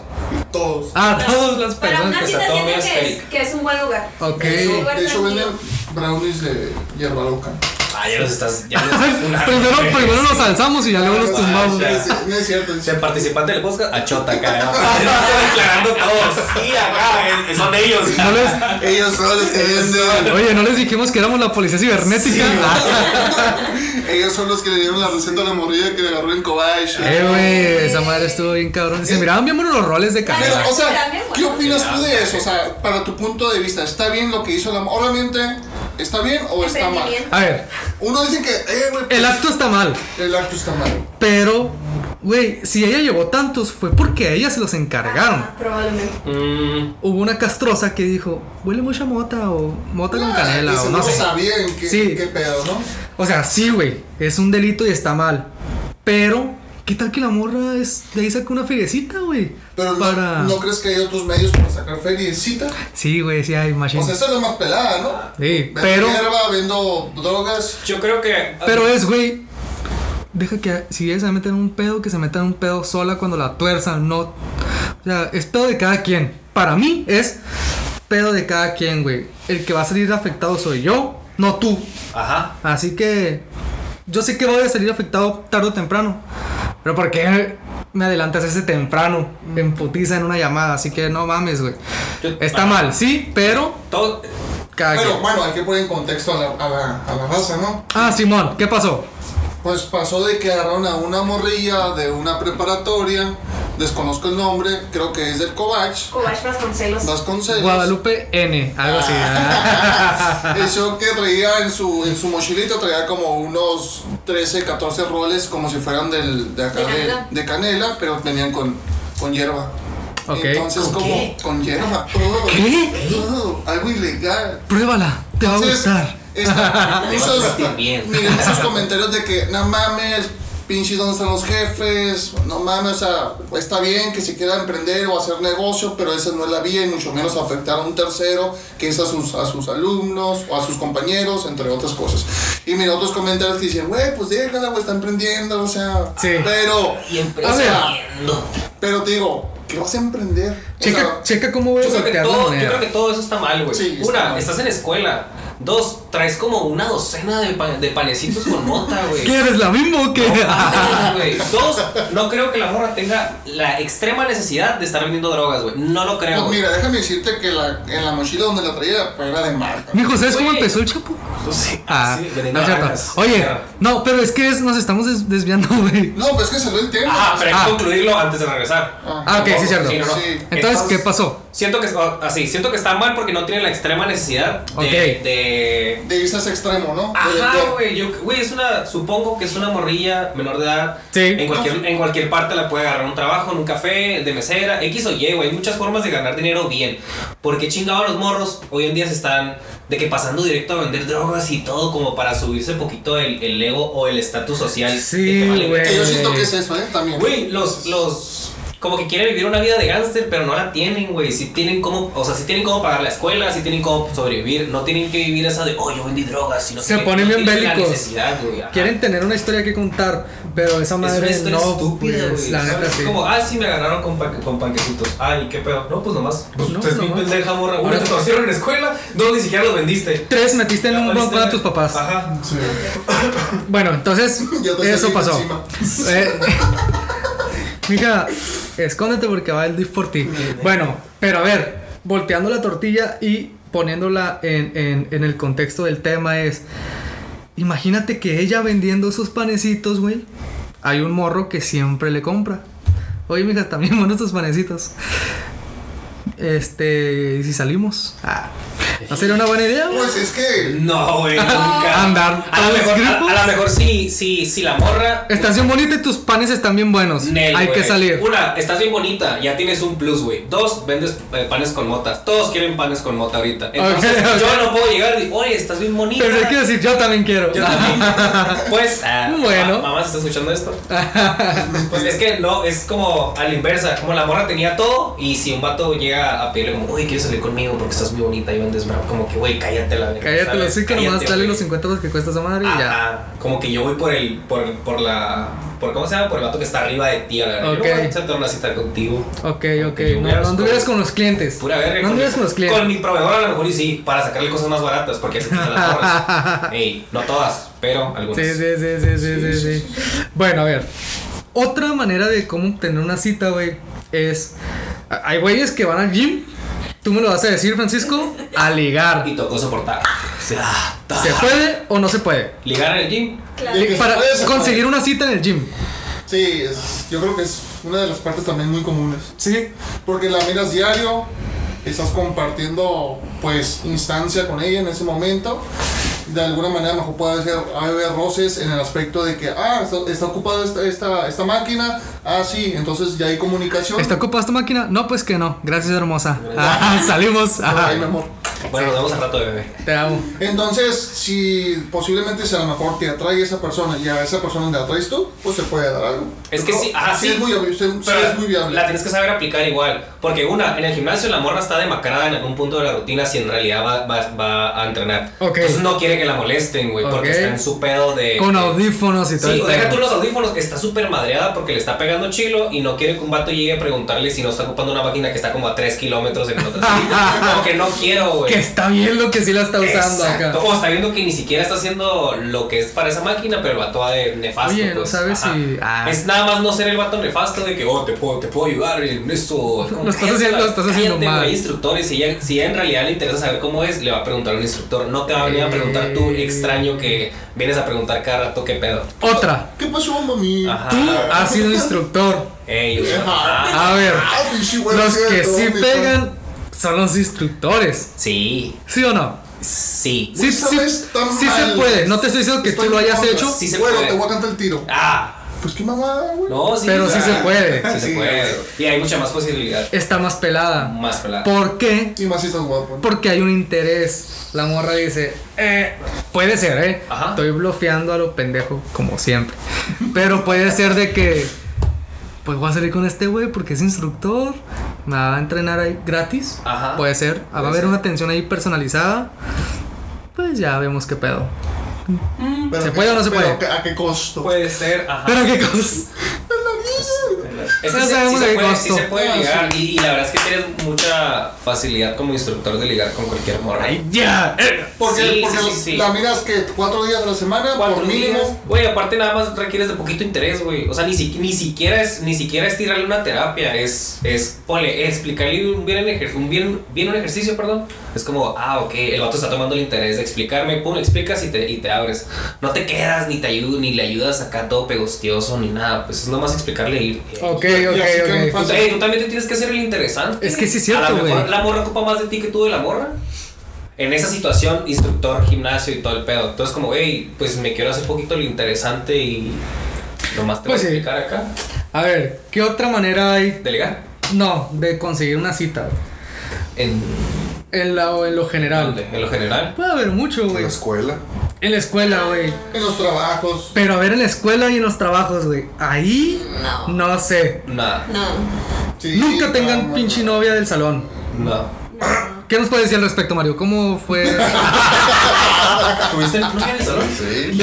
Todos.
Ah, todas las
Para una
personas.
que
cita
está todo
siento
medio
que es,
fake.
que es un buen lugar.
Ok.
De
Es un
hecho,
lugar
de hecho
tranquilo.
venden brownies de hierba loca.
Ah, ya los estás. Ya los estás funando,
primero,
güey.
primero los alzamos y ya luego los tumbamos.
Ya.
Ah, Sí, sí, No es cierto.
Si el participante del podcast, achota acá. ¿no? Está declarando todos. Sí, acá. eh, Son ellos.
No les-
Ellos son los que venden.
oye, no les dijimos que éramos la policía cibernética.
Ellos son los que le dieron la receta a la morrilla que le agarró en Kobayashi.
eh, güey, esa madre estuvo bien cabrón. Se miraban bien buenos los roles de
Pero,
cámara.
o sea,
También, bueno.
¿qué opinas tú de eso? O sea, para tu punto de vista, ¿está bien lo que hizo la... Obviamente, ¿Está bien o está mal?
Emprendimiento.
A ver,
Uno dice que, eh, güey,
el acto está mal,
el acto está mal.
pero, güey, si ella llevó tantos fue porque a ella se los encargaron.
Ah, probablemente.
Mm,
Hubo una castrosa que dijo, huele mucha mota o mota con canela
De
o
seguro
no sé.
sabían qué,
Sí.
qué pedo, ¿no?
O sea, sí, güey, es un delito y está mal. Pero, ¿qué tal que la morra es, de ahí sacó una feriecita, güey?
Pero no-
Para...
no, crees que hay otros medios para sacar feriecita.
Sí, güey, sí hay machine.
O sea, esa es la más pelada, ¿no?
sí,
Vendo
pero,
hierba, vendo drogas.
yo creo que.
pero es, güey, deja que si ella se mete en un pedo, que se meta en un pedo sola cuando la tuerzan, no. O sea, es pedo de cada quien. Para mí es pedo de cada quien, güey. El que va a salir afectado soy yo, no tú.
Ajá.
Así que yo sé que voy a salir afectado tarde o temprano. Pero ¿por qué me adelantas ese temprano
Mm.
en putiza en una llamada? Así que no mames, güey.
Yo-
Está
ah.
mal, sí, pero
Todo.
cada
Pero
quien.
bueno, hay que poner en contexto a la, a la, a la raza, ¿no?
Ah, Simón, ¿qué pasó?
Pues pasó de que agarraron a una morrilla de una preparatoria, desconozco el nombre, creo que es del Covach,
Cobach Vasconcelos.
Vasconcelos.
Guadalupe N, algo así.
Ah.
Eso que traía en su, en su mochilito, traía como unos 13, 14 roles como si fueran del, de acá
De
de,
canela.
de canela, pero venían con, con hierba.
Ok.
Entonces,
¿Con
como
qué?
con hierba. Oh,
¿Qué?
oh, algo ilegal.
Pruébala, te va a
Entonces,
gustar.
esta-
Te vas a sentir bien.
miren esos comentarios de que, no mames, pinches, ¿dónde están los jefes? No mames, o sea, está bien que se quiera emprender o hacer negocio, pero esa no es la vía y mucho menos afectar a un tercero que es a sus, a sus alumnos o a sus compañeros, entre otras cosas. Y mira, otros comentarios que dicen, güey, pues déjala, güey, está emprendiendo, o sea,
Sí.
pero,
Y
A ver.
emprendiendo.
pero te digo, ¿qué vas a emprender? O
Checa,
sea,
checa cómo voy a
Yo creo, que
sortear la
todo, yo
moneda.
creo que todo eso está mal, güey.
Sí, está
Una,
mal.
estás en escuela. Dos, traes como una docena de, pa- de panecitos con mota, güey.
¿Qué eres la misma o qué?
No, güey. Dos, no creo que la morra tenga la extrema necesidad de estar vendiendo drogas, güey. No lo creo.
pues
güey.
mira, déjame decirte que la, en la mochila donde la traía pues, era de marca.
Mijo, ¿sabes cómo
Oye.
empezó el chapo?
Pues sí,
Ah,
sí,
no
vendiendo
es cierto.
drogas.
Oye,
Claro.
no, pero es que es- nos estamos des- desviando, güey.
No, pues es que salió el tema.
Ah, pero hay que
Ah.
concluirlo antes de regresar.
Ah, ok, sí, cierto.
Sí, no, no.
Sí.
Entonces, ¿qué pasó?
Siento que, o- así, siento que está mal porque no tiene la extrema necesidad de.
Ok.
de-
de irse a ese extremo, ¿no? De
Ajá,
vender.
güey. yo- Güey, es una. Supongo que es una morrilla menor de edad.
Sí.
En cualquier, en cualquier parte la puede agarrar un trabajo, en un café, de mesera, X o Y, güey. Hay muchas formas de ganar dinero bien. Porque chingados los morros hoy en día se están de que pasando directo a vender drogas y todo como para subirse poquito el, el ego o el estatus social. de
Sí,
que vale
güey.
Que yo siento que es eso, ¿eh? También.
Güey, los, los. Como que quieren vivir una vida de gángster, pero no la tienen, güey. Si tienen cómo. O sea, si tienen cómo pagar la escuela, si tienen cómo sobrevivir. No tienen que vivir esa de, oh, yo vendí drogas. Si no
Se
tienen-
ponen
no
bien
tienen la
bélicos.
necesidad, güey. ajá.
Quieren tener una historia que contar, pero esa
Es una
madre
historia
no,
estúpida,
pues,
güey.
la
¿sabes?
neta
Es
sí.
Como, ah, sí, me agarraron con, panque- con panquecitos. Ay, qué pedo. No, pues nomás. Pues
No,
te es bien
nomás.
pendeja, morra. Una
Ahora-
te conocieron en la escuela, dos ni siquiera los vendiste.
Tres, metiste en un bronco a tus papás.
Ajá.
Sí.
Bueno, entonces,
Ya te
eso
salí
pasó.
encima.
Eh, mija, escóndete porque va el DIF por ti. Bueno, pero a ver, volteando la tortilla y poniéndola en, en- en el contexto del tema es, imagínate que ella vendiendo esos panecitos, güey, hay un morro que siempre le compra. Oye, mija, también buenos tus panecitos. Este, ¿y si salimos? Ah, ¿no sería una buena idea? güey?
Pues es que.
No, güey, nunca.
Andar
A lo
todos
mejor,
grupos.
a, a lo mejor sí, sí, sí, la morra.
Estás bien bonita y tus panes están bien buenos.
Nel,
Hay que
güey.
salir.
Una, estás bien bonita, ya tienes un plus, güey. Dos, vendes eh, panes con mota. Todos quieren panes con mota ahorita. Entonces,
Ok, ok.
yo no puedo llegar y oye, estás bien bonita.
Pero hay que decir, yo también quiero. Ah,
Yo también. pues, ah,
Bueno.
ma- mamá, ¿se está escuchando esto? pues es que no, es como a la inversa. Como la morra tenía todo y si un vato llega a pedirle como, oye, quieres salir conmigo porque estás muy bonita y vendes bravo, como que, güey, cállate la verga,
Cállate
¿sabes?
los cinco, nomás
Cállate,
dale
güey.
los 50 pesos que cuesta esa madre y ya.
Ajá, como que yo voy por el, por, por la, por cómo se llama, por el vato que está arriba de ti, a la verdad.
Ok.
Yo no voy a aceptar una cita contigo.
Ok, ok. No,
Yo voy a
no
los
anduvieras
pobres.
con los clientes.
Pura verga.
No anduvieras con los
Con
clientes.
mi proveedor a lo mejor y sí, para sacarle cosas más baratas, porque así quitan las gorras. Ey, no todas, pero algunas.
Sí, sí, sí, sí, sí, sí, sí. Bueno, a ver. Otra manera de cómo tener una cita, güey, es. a- Hay güeyes que van al gym. Tú me lo vas a decir, Francisco. A ligar.
Y tocó soportar. Se- ah, ta.
¿Se puede o no se puede?
Ligar en el gym.
Claro.
Sí.
Para
puede, se puede.
conseguir una cita en el gym.
Sí, es, yo creo que es una de las partes también muy comunes.
Sí.
Porque la miras diario, estás compartiendo pues instancia con ella en ese momento. De alguna manera mejor puede haber, haber roces en el aspecto de que, ah, está, está ocupada esta, esta, esta máquina, ah, sí, entonces ya hay comunicación.
¿Está ocupada tu máquina? No, pues que no. Gracias, hermosa. Ah, salimos. Ah,
Ay, mi amor.
Bueno, nos vemos al rato, bebé.
te amo.
Entonces, si posiblemente si a lo mejor te atrae esa persona y a esa persona le atraes tú, pues se puede dar algo.
Es que sí, ajá, sí.
es muy, obvio, sí
Pero
es muy viable.
La tienes que saber aplicar igual. Porque una, en el gimnasio la morra está demacrada en algún punto de la rutina si en realidad va, va- va a entrenar.
Ok.
Entonces no quiere que la molesten, güey, porque
Ok.
está en su pedo de...
Con
Eh,
de-
audífonos y todo.
Sí,
el
o deja
pedo.
tú los audífonos, está súper madreada porque le está pegando chilo y no quiere que un vato llegue a preguntarle si no está ocupando una máquina que está como a 3 kilómetros en otra salida. Como que no quiero, güey.
Que está viendo que sí la está usando acá.
Exacto. O está viendo que ni siquiera está haciendo lo que es para esa máquina, pero el vato va de nefasto.
Oye, no
pues,
sabes
ajá.
si- ah.
Es nada más no ser el vato nefasto de que, oh, te puedo, te puedo ayudar en esto.
Lo estás haciendo- lo estás haciendo mal.
Hay instructores. Si ella, si ella en realidad le interesa saber cómo es, le va a preguntar a un instructor. No te va a venir a preguntar tú,
Eh.
extraño, que vienes a preguntar cada rato qué pedo.
Otra.
¿Qué pasó, mami?
Ajá. Ah,
Tú Ah. has sido instructor.
Ey, o sea,
Ajá.
ah,
A ver,
Ah, pinche güey,
los
sí,
que
todo,
sí
mi
pegan son los instructores.
Sí,
¿Sí o no?
sí.
Sí,
Esa
sí,
vez tan
sí se
mal.
puede. No te estoy diciendo que
Estoy
tú lo
en
hayas
contra.
hecho.
Sí se
bueno,
puede.
te voy a cantar el tiro.
Ah,
Pues qué mamada, güey.
no, sí.
Pero sí se puede.
Sí se
Sí,
puede. Y hay mucha más posibilidad.
Está más pelada.
Más pelada.
¿Por qué?
Y más si estás guapo.
Porque hay un interés. La morra dice, eh, puede ser, eh.
Ajá.
Estoy bloqueando a lo pendejo, como siempre. Pero puede ser de que, pues voy a salir con este güey porque es instructor. Me va a entrenar ahí gratis.
Ajá.
Puede ser. Va
Puede
a haber
ser.
una atención ahí personalizada. Pues ya vemos qué pedo.
Pero
¿Se
que-
puede o no se
pero
puede?
que- ¿A qué costo?
Puede ser, ajá.
Pero qué cosa.
Es que
Ya
sí,
sabemos de
sí se
qué
puede,
costo.
sí se puede
Ah,
ligar. Y, y la verdad es que tienes mucha facilidad como instructor de ligar con cualquier morra.
Ay, ya. eh.
Porque,
Sí,
porque
sí, sí, sí.
la miras que cuatro días a la semana, por mínimo.
días. Güey, aparte nada más requieres de poquito interés, güey. O sea, ni, si- ni siquiera es ni siquiera es tirarle una terapia, es es ponle, explicarle un bien, el ejer- un bien, bien un ejercicio, perdón. Es como, ah, ok, el vato está tomando el interés de explicarme, pum, explicas y te, y te abres. No te quedas ni te ayudas ni le ayudas acá todo pegostioso ni nada, pues es nomás explicarle y ir.
Ok,
Y así quedan
ok, ok.
Pues, ey, tú también te tienes que hacer el interesante.
eh, Es que sí es
A
cierto,
lo mejor
güey.
La morra ocupa más de ti que tú de la morra. En esa situación, instructor, gimnasio y todo el pedo. Entonces, como, hey, pues me quiero hacer poquito lo interesante y nomás te
Pues sí.
voy a explicar acá.
A ver, ¿qué otra manera hay?
Delegar.
No, de conseguir una cita.
En,
En, la, en lo general.
¿dónde? en lo general.
Puede haber mucho,
En
güey.
la escuela.
En la escuela, güey.
En los trabajos.
Pero a ver en la escuela y en los trabajos, güey. Ahí,
No.
no sé.
Nada,
No.
Sí,
Nunca
no,
tengan
no,
pinche
no.
novia del salón.
no.
¿Qué nos puede decir al respecto, Mario? ¿Cómo fue?
¿Tuviste novia en el salón?
Sí.
En-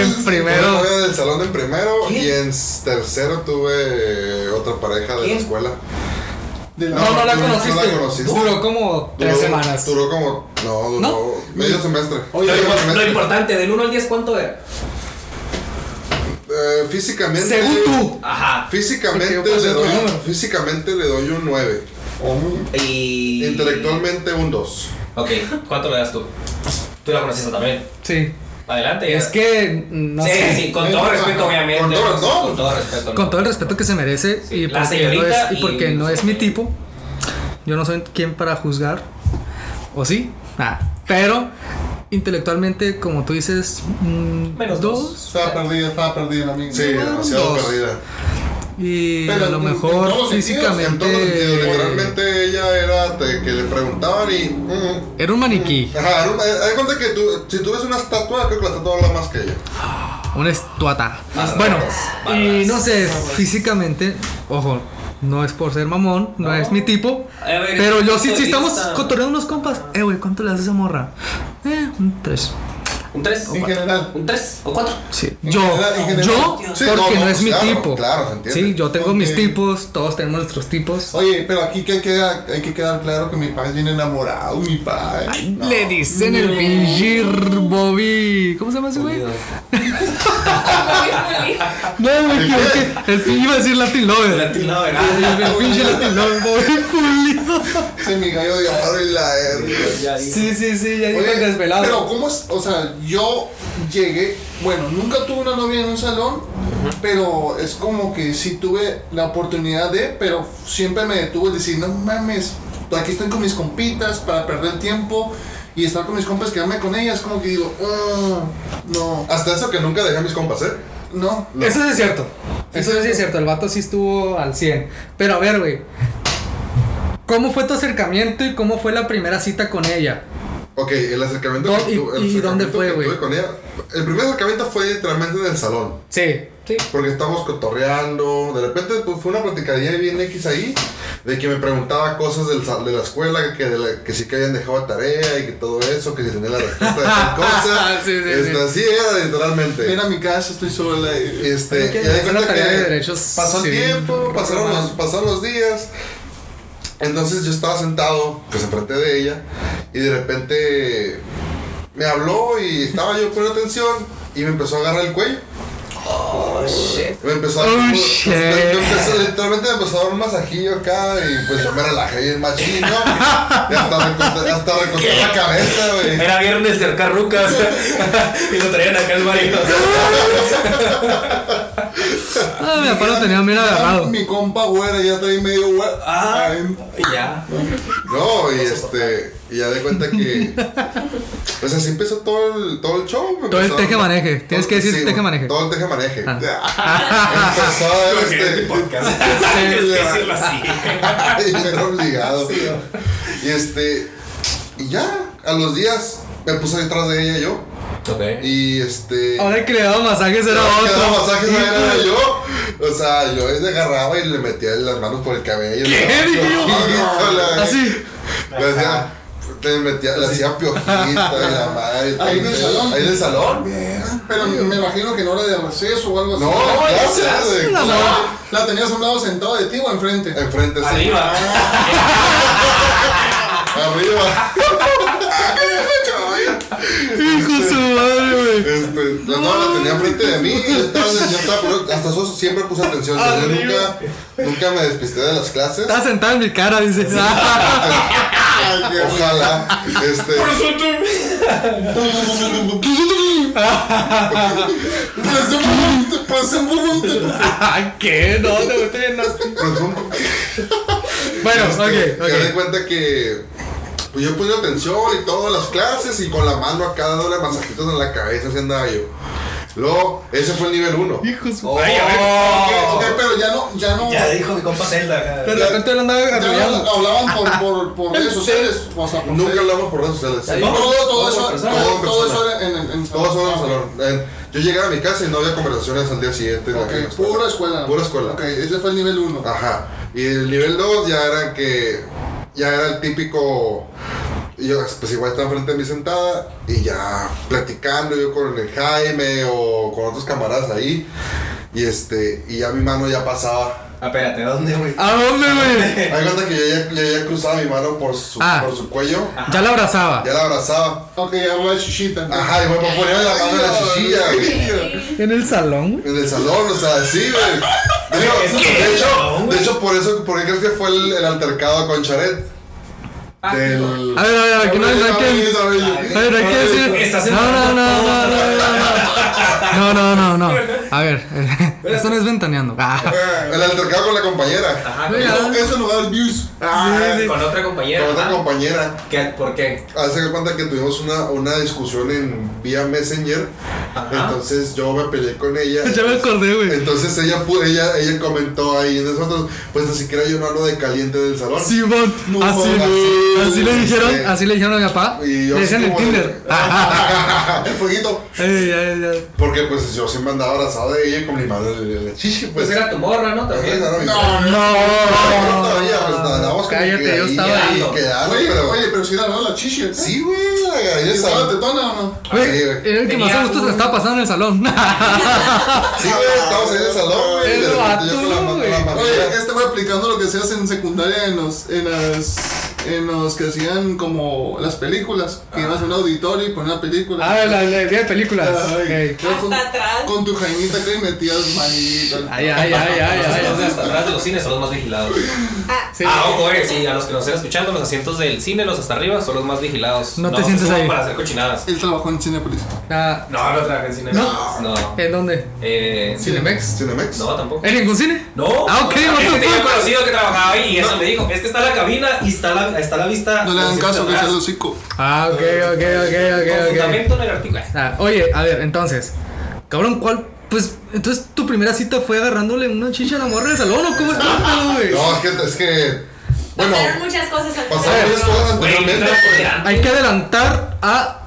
en primero.
Tuve novia del salón en primero
¿Quién?
y en s- tercero tuve otra pareja de
¿Quién?
la escuela.
De la-
no, no la
no, no la
conociste.
conociste.
Duró como tres
Duró-
semanas.
Duró como. No, duró
¿No?
medio semestre.
Oye,
Lo,
Medio
impor-
semestre.
lo importante, del 1 al 10, ¿cuánto era?
Eh, físicamente.
Según tú.
Ajá.
Físicamente
Porque yo pasé
le,
otro
doy,
número.
físicamente le doy un 9.
Y.
Intelectualmente un 2.
Ok, ¿cuánto le das tú? Tú la conociste también.
Sí.
Adelante.
Es
ya.
que mm, no
sí,
sé.
sí, con todo respeto, obviamente.
Con todo- no.
Con todo respeto. no.
Con todo el respeto que se merece
Sí,
y
la
porque, no
señorita
es, y
y-
porque no es mi tipo, yo no soy quien para juzgar, o sí, Ah, pero intelectualmente, como tú dices, mm,
Menos dos.
Estaba perdida, estaba perdida la amiga.
Sí, demasiado
dos.
perdida.
y
Pero
a lo
en- en
mejor
todos los sentidos,
En todos los sentidos,
físicamente
literalmente ella era de que le preguntaban y. mm,
era un maniquí,
Ajá, era una- haz de cuenta que tú, si tú ves una estatua, creo que la estatua habla más que ella.
una estuata.
Más
Bueno,
barras,
y
barras,
no sé,
barras.
físicamente, ojo. No es por ser mamón, no,
No.
es mi tipo.
A ver,
pero yo sí,
punto
sí
de
estamos
vista.
cotorreando unos compas. Eh, güey, ¿cuánto le das a esa morra? Eh, un tres.
¿Un 3?
En general.
¿Un 3? ¿O 4?
Sí.
En
Yo,
general- en general.
yo,
Sí, no,
porque no,
no,
es
pues
mi
claro,
tipo.
claro, se entiende.
Sí, yo tengo mis
Ok.
tipos, todos tenemos nuestros tipos.
Oye, pero aquí que hay, que hay que quedar claro que mi padre es bien enamorado, mi padre. No.
Le dicen el pinche Bobby. ¿Cómo se llama ese güey? No, me equivoqué. El pinche iba a decir Latin Lover.
Latin Lover, ah.
El, el pinche Latin Lover, Bobby Julio.
Ese es mi gallo de oro y la R.
Sí, sí, sí, ya dijo
Oye,
el desvelado.
Pero cómo es, o sea, yo llegué, bueno, nunca tuve una novia en un salón, pero es como que sí tuve la oportunidad de, pero siempre me detuvo el decir, no mames, pues aquí estoy con mis compitas para perder tiempo y estar con mis compas, quedarme con ellas, como que digo, "Ah, no,
Hasta eso que nunca dejé a mis compas, ¿eh?
no.
Eso sí es cierto. Eso sí es cierto. El vato sí estuvo al 100. Pero a ver, güey. ¿Cómo fue tu acercamiento y cómo fue la primera cita con ella?
Ok, el acercamiento.
¿Dó-
que
y-
tu- el
y dónde
acercamiento
fue,
que
güey?
tuve con ella- El primer acercamiento fue literalmente en el salón.
Sí. Sí.
Porque estábamos cotorreando. De repente pues, fue una platicadilla bien X ahí. De que me preguntaba cosas del sa- de la escuela. Que, de la- que sí que habían dejado tarea y que todo eso. Que si tenía la respuesta de tal cosa.
Sí, sí,
Este,
sí.
Así era literalmente.
Ven a mi casa, estoy sola. y-
Este,
Hay que
y haz de
hacer la
cuenta
tarea
que
de derechos
Pasó el
civil,
tiempo, pasaron los,
romano.
pasaron los días. Entonces yo estaba sentado, pues enfrente de ella, y de repente me habló y estaba yo poniendo atención y me empezó a agarrar el cuello. Me empezó a
Oh,
me- me-
shit.
me empezó- literalmente me empezó a dar un masajillo acá y pues yo me relajé bien machín, ¿no? Y hasta recorté, hasta recorté la cabeza, güey.
Era viernes de arcar rucas y lo traían acá al barrio.
Ah, mi papá lo tenía bien
Ya
agarrado.
Mi compa güera ya trae medio güera.
Ah,
Ay,
ya.
No, y este, y ya de cuenta que. O sea, así empezó todo el, todo el show. me
Todo el
empezó-
tejemaneje,
todo-
tienes que decir tejemaneje.
Todo el tejemaneje.
Ah.
Empezó
Porque es mi
este.
podcast. Tienes que decirlo así.
Ay, me era obligado. Y este. Y ya, a los días me puse detrás de ella yo.
Ok.
Y este.
Ahora el que le daba masajes era
Cada
otro.
masaje
Hijo
no era
de-
yo. O sea, yo le agarraba y le metía las manos por el
¿Qué,
cabello. le daba
niño?
piojito, le-
pues, Así.
Le hacía, le metía, le hacía piojita y la madre.
Ahí en el salón.
Ahí en el salón.
Pero me imagino que no era de receso o algo así.
No, en clase, güey.
no,
O sea,
La tenías a un lado sentado de ti o enfrente.
Enfrente, sí.
Arriba.
Arriba.
Hijo de su madre, güey.
Este, la- no, la tenía enfrente de mí. Yo estaba, yo estaba poniendo- hasta eso siempre puse atención. Yo nunca, nunca me despisté de las clases.
Estaba sentado en mi cara, dices. Ah,
Ojalá. Este,
¿Qué? No, te gusta bien nasty.
pero fue un poco-
Bueno,
Este,
ok,
Ya de
ok.
cuenta que pues yo puse atención y todas las clases y con la mano acá dándole masajitos en la cabeza así andaba yo. Luego, ese fue el nivel 1.
Hijo de su
Oh.
Ay, a ver.
Oh.
Ok, Eh, pero ya no, ya no.
Ya dijo mi compa Zelda.
De
acá.
repente él andaba
ya no
arrullando.
hablaban por, por, por redes sociales. O sea, por
Nunca
Facebook.
hablamos por redes sociales.
No,
Todo, todo
no,
eso,
por
persona.
todo, todo eso
Persona.
era en el en
Todos son en el salón. Eh, Yo llegaba a mi casa y no había conversaciones al día siguiente. en la-
Ok,
en la escuela.
pura escuela.
Pura escuela.
Ok, ese fue el nivel 1.
Ajá. Y el nivel 2 ya era que. Ya era el típico. y Yo, pues igual estaba enfrente de mí sentada y ya platicando yo con el Jaime o con otros camaradas ahí. Y este, y ya mi mano ya pasaba.
Ah, Espérate, ¿dónde, güey?
¿A dónde, güey?
Hay cuenta que yo ya, yo ya cruzaba mi mano por su,
Ah.
por su cuello,
Ya la abrazaba.
ya la abrazaba.
Ok, hablaba de chichita.
Ajá, y me ponía la mano en la chichilla, güey.
En el salón, güey.
En el salón, o sea, sí, güey. De hecho,
¿Qué?
de hecho,
No,
de
güey.
hecho, por eso, ¿por qué crees que fue el, el altercado con Charet?
Ah,
Del...
A ver, a ver, a ver, que no no hay que. A ver, hay que
Estás
decir.
en-
No, no, no, no, no, no, no. No, no, no, no. A ver, esto no es ventaneando. Ah.
El altercado con la compañera.
Ajá,
Mira.
con, Ah,
Eso no va a dar views.
sí, sí.
con otra compañera.
Con otra
ajá.
compañera.
¿Qué? ¿Por qué?
Hace cuenta que tuvimos una, una discusión en vía Messenger. Entonces yo me peleé con ella.
Ya me acordé, güey.
Entonces ella, pu- ella, ella comentó ahí nosotros, pues ni siquiera yo no hablo de caliente del salón.
Simón,
No,
así,
no,
así le
no,
dijeron,
este.
así le dijeron a mi papá.
Y yo
Le decían
así
el
como de-
Tinder. Ah,
El fueguito.
ay, ay, ay.
Porque pues yo siempre andaba abrazado de ella con mi mano en el chichi, pues.
Pues era tu morra, ¿no? También.
No,
No,
No, todavía, pues andábamos como
Cállate,
que
yo
ahí,
estaba
ahí
ahí.
quedando,
Oye,
pero-
oye, pero si era la chichi. ¿eh?
Sí, güey, la
¿Y
gallina
estaba
estaba-
tetona o no?
Güey,
Sí, güey.
era el que más a
Tenía
gusto se
un-
estaba pasando en el salón.
Sí, güey, estábamos ahí en el salón, güey.
El
y de repente yo con la
vato,
mano-
güey.
la mano-
Oye, este fue aplicando lo que se hace en secundaria en los, en las, en los que hacían como las películas, que ibas a un auditorio y ponían películas.
Ah, la la- el día de películas.
Ay,
Ok.
yo con,
Hasta atrás.
con tu jaimita que metías manita.
Ay, ay, ay, ay, ay.
Hasta atrás de los cines son los más vigilados.
Ah,
Sí.
Ah, ojo, eh, sí, a los que nos estén escuchando, los asientos del cine, los hasta arriba, son los más vigilados.
No te sientes
se suban
ahí.
para hacer cochinadas.
Él trabajó en Cinepolis.
Ah,
No, no trabajé en cine.
No.
no.
¿En dónde?
Eh,
¿Cinemex?
Cinemex.
No, tampoco.
¿En ningún cine?
No.
Eh. Ah, ok,
no,
what the
tenía un
fuck.
conocido que trabajaba ahí y eso me dijo, es que está la cabina y está la, está la vista.
No le dan
hacia
caso que
atrás".
sea el hocico.
Ah, ok, ok,
Con
ok, ok, ok.
fundamento en el artículo.
Ah, oye, a ver, entonces, cabrón, ¿cuál? Pues, entonces tu primera cita fue agarrándole una chicha a la morra de salón o cómo está el pedo, güey.
No, es que. Es que bueno,
pasaron muchas cosas antes.
pasaron muchas cosas anteriormente.
Hay que adelantar a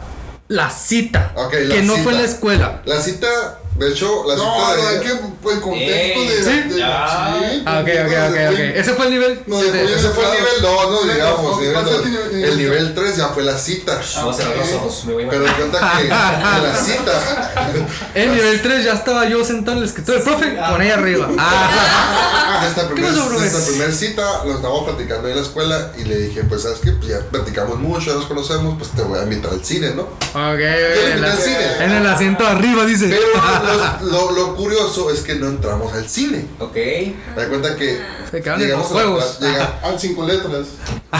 la cita.
Ok, la
que no
cita.
fue en la escuela.
La cita, de hecho, la
No,
cita.
no,
de
hay que pues,
ella-
en contexto
Ey,
de.
¿sí?
de-
Ya.
sí,
Ah, ok, ok,
contexto
ok,
de-
ok. Ese fue el nivel.
No,
de-
dejó
Ese fue el nivel 2,
Sí,
no digamos.
no,
nivel
no,
dos.
no, no,
El nivel 3 ya fue la cita.
Ah, Vamos a cerrar los ojos, me voy a
Pero de cuenta que en la cita
En nivel 3 ya estaba yo sentado en el escritorio. El profe, con ella arriba. Ah,
Nuestra primer-
pasó, profe?
nuestra primera cita lo estábamos platicando ahí en la escuela y le dije, pues sabes que pues, ya platicamos mucho, ya nos conocemos, pues te voy a invitar al cine, ¿no?
ok, ok. En,
invité
la-
al cine.
en el asiento arriba, dice.
Pero lo, lo- lo curioso es que no entramos al cine.
Ok.
Me da cuenta que
Se quedaron en los
a la
juegos.
pla- llega-
Al cinco letras.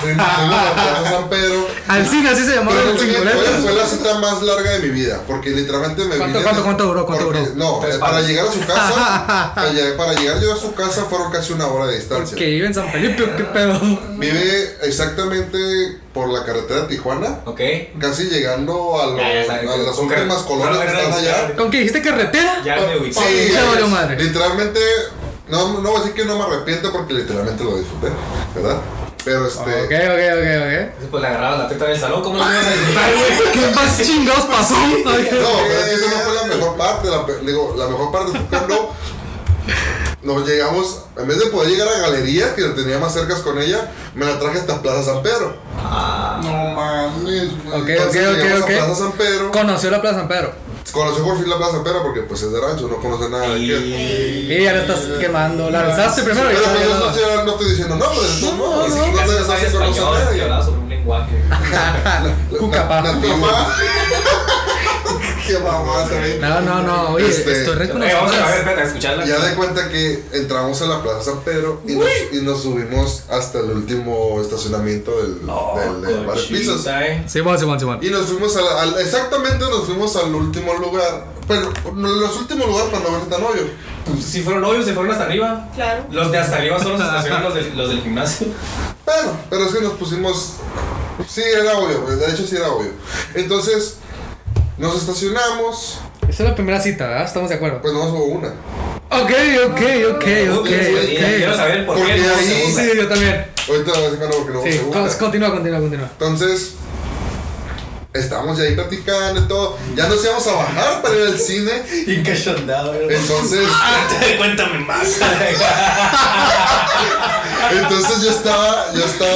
fuimos a la Plaza San Pedro.
Al cine, así se llamaba
Pero
el
fue- Fue
cinculeto.
la cita más larga de mi vida, porque literalmente me
¿Cuánto-
vine-
cuánto- cuánto duró? ¿Cuánto
porque-
duró?
No,
Tres
eh, para
pares.
llegar a su casa, para, lleg- para llegar yo a su casa fueron casi una hora de distancia.
Que vive en San Felipe, ¿o qué pedo.
Vive exactamente por la carretera de Tijuana,
Ok.
casi llegando a, los-
Ya, ya sabes,
a las
con-
últimas
con-
colonias que
con-
están allá.
¿Con que dijiste carretera?
Ya me ubiqué.
Sí,
Ya valió
es-
madre.
literalmente, no, no voy a decir que no me arrepiento porque literalmente lo disfruté, ¿verdad? Pero este...
Ok, ok, ok,
Pues le agarraban la teta del salón, ¿cómo no me iban a disfrutar, güey?
ok. ¿Qué más chingados pasó?
No, pero es que esa no fue la mejor parte. La, pe- digo, la mejor parte fue cuando nos llegamos, en vez de poder llegar a galerías que la tenía más cercas con ella, me la traje hasta Plaza San Pedro.
No mames, güey.
Ok, ok,
Entonces, llegamos
ok,
a Plaza
ok.
San Pedro.
Conoció la Plaza San Pedro.
Conoció por fin la Plaza San Pedro porque pues es de rancho, no conoce nada de aquí.
Y ya la estás quemando. La alzaste primero y
Pero pues, yo no
ya.
estoy, no estoy diciendo nombres, no, no,
No,
no,
Ni
no,
no,
siquiera
te
se sabía
dejaste conocer
español,
a
que
ella.
hablaba sobre un lenguaje.
Cucapá.
Na- nativa. Qué mamada, güey.
No, no, no. Oye,
Este,
estoy
Oye, vamos a ver,
reconocido.
espera, escucharla.
Ya de cuenta que entramos a la Plaza San Pedro y nos, y nos subimos hasta el último estacionamiento del,
Oh,
del, del Bar de Pisos.
conchita, eh.
Simón, Simón, Simón.
Y nos fuimos a la- al, exactamente nos fuimos al último lugar. Pero no, los últimos lugares cuando ver tan novio.
Si fueron novios, se fueron hasta arriba.
Claro.
Los de hasta arriba son los estacionan los del, los del gimnasio.
Bueno, pero es que nos pusimos. Sí, era obvio, de hecho sí era obvio. Entonces, nos estacionamos,
Esa es la primera cita, ¿verdad? Estamos de acuerdo.
pues nomás hubo una.
Ok, ok, ok, ok,
Y Quiero
ok.
saber el por
Porque
qué. no
ahí-
se usa.
Sí, yo también.
Ahorita voy a decir algo que no hubo
Sí,
segunda.
con- continúa, continúa, continúa.
Entonces, estábamos ya ahí platicando y todo. Ya nos íbamos a bajar para ir al cine.
Y cachondado, güey.
Entonces,
Ah, Cuéntame más.
entonces yo estaba, yo estaba,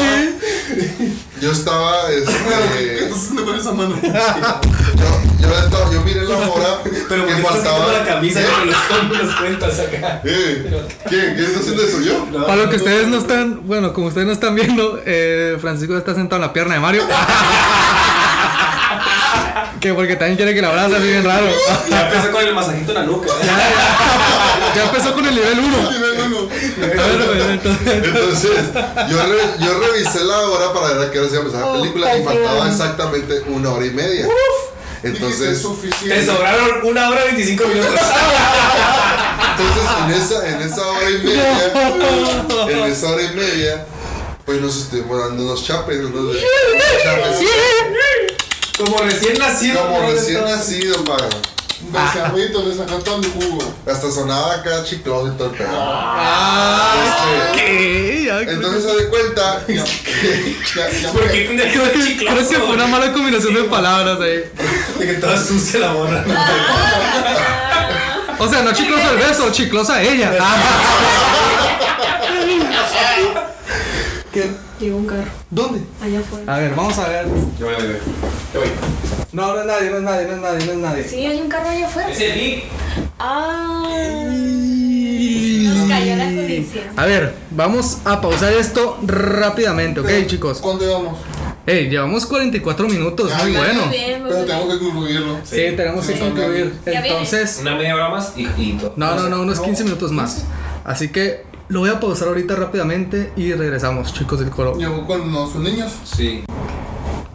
yo estaba,
¿Qué
este,
estás haciendo con esa mano?
yo, yo estaba, yo miré la hora
Pero
que
porque estás quitando
faltaba.
la camisa
¿Eh?
con los, con los cuentas acá.
Eh, ¿Qué? ¿Qué estás haciendo eso yo?
No,
Para lo que
no,
ustedes no están, bueno, como ustedes no están viendo, eh, Francisco está sentado en la pierna de Mario. que porque también quiere que la abraza, así bien raro.
Ya empecé con el masajito en la nuca. ¿eh?
ya empezó con el nivel 1.
Entonces, yo, re- yo revisé la hora para ver a qué hora se iba a empezar la película y faltaba exactamente una hora y media.
Dijiste
Entonces,
Te
suficiente.
sobraron una hora y 25 minutos.
Entonces, en esa, en esa hora y media, en esa hora y media, pues nos estuvimos dando unos chapes, unos de- unos chapes.
Como recién nacido.
Como
bro,
recién
entonces.
nacido, para
Becerrito, le sacaste todo mi jugo.
Hasta sonaba acá chicloso y todo el pedo. Este,
¿Qué? Ya, creo-
entonces se de cuenta que
Ya, ya
¿Por
me-
qué tendría que
creo,
ser
que,
chicloso?
creo que fue una mala combinación de palabras ahí.
De que toda sucia la morra.
O sea, no chiclosa el beso, chiclosa ella.
Llegó un carro.
¿Dónde?
Allá afuera.
A ver, vamos a ver.
Yo voy, yo voy. Yo voy.
No, no es nadie, no es nadie, no es nadie, no es nadie.
Sí, hay un carro allá afuera.
Es el Nick.
Ah. Nos cayó la codicia.
A ver, vamos a pausar esto rápidamente, ¿ok, chicos?
¿Cuándo íbamos?
Hey, llevamos 44 minutos,
Ya,
muy
ya,
bueno.
Muy bien, muy
Pero tenemos
bien.
que concluirlo.
Sí, tenemos que
Sí.
concluir.
Ya viene.
Entonces,
Una media hora más y, y todo.
no, no, no, unos
No.
15 minutos más. Así que Lo voy a pausar ahorita rápidamente y regresamos, chicos del coro.
Llegó con los niños.
Sí.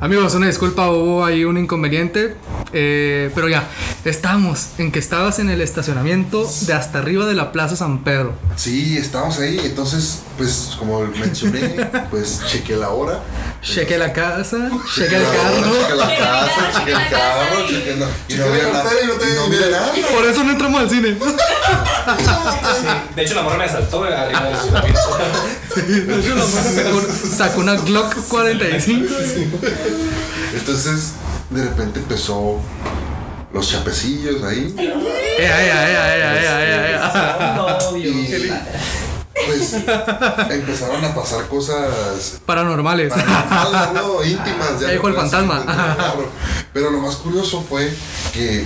Amigos, una disculpa, hubo ahí un inconveniente. eh, pero ya, estamos en que estabas en el estacionamiento de hasta arriba de la Plaza San Pedro.
Sí, estábamos ahí. Entonces, pues, como mencioné, pues chequé la hora.
Chequé la casa, chequé el
la hora, Chequé
carro.
la casa, chequé el carro, chequé la. Y no había nada.
y no te-
y no había nada.
Por eso no entramos al cine.
De hecho, la morra me asaltó eh, arriba del estacionamiento.
De hecho, la morra sacó, sacó una Glock 45.
Entonces, de repente empezó los chapecillos ahí.
Ea, ea, ea, ea, ea, ea, ea.
No,
Y
Dios.
pues empezaron a pasar cosas
Paranormales.
paranormales, ¿no? íntimas.
Ya dijo el
no era
fantasma.
así, claro. Pero lo más curioso fue que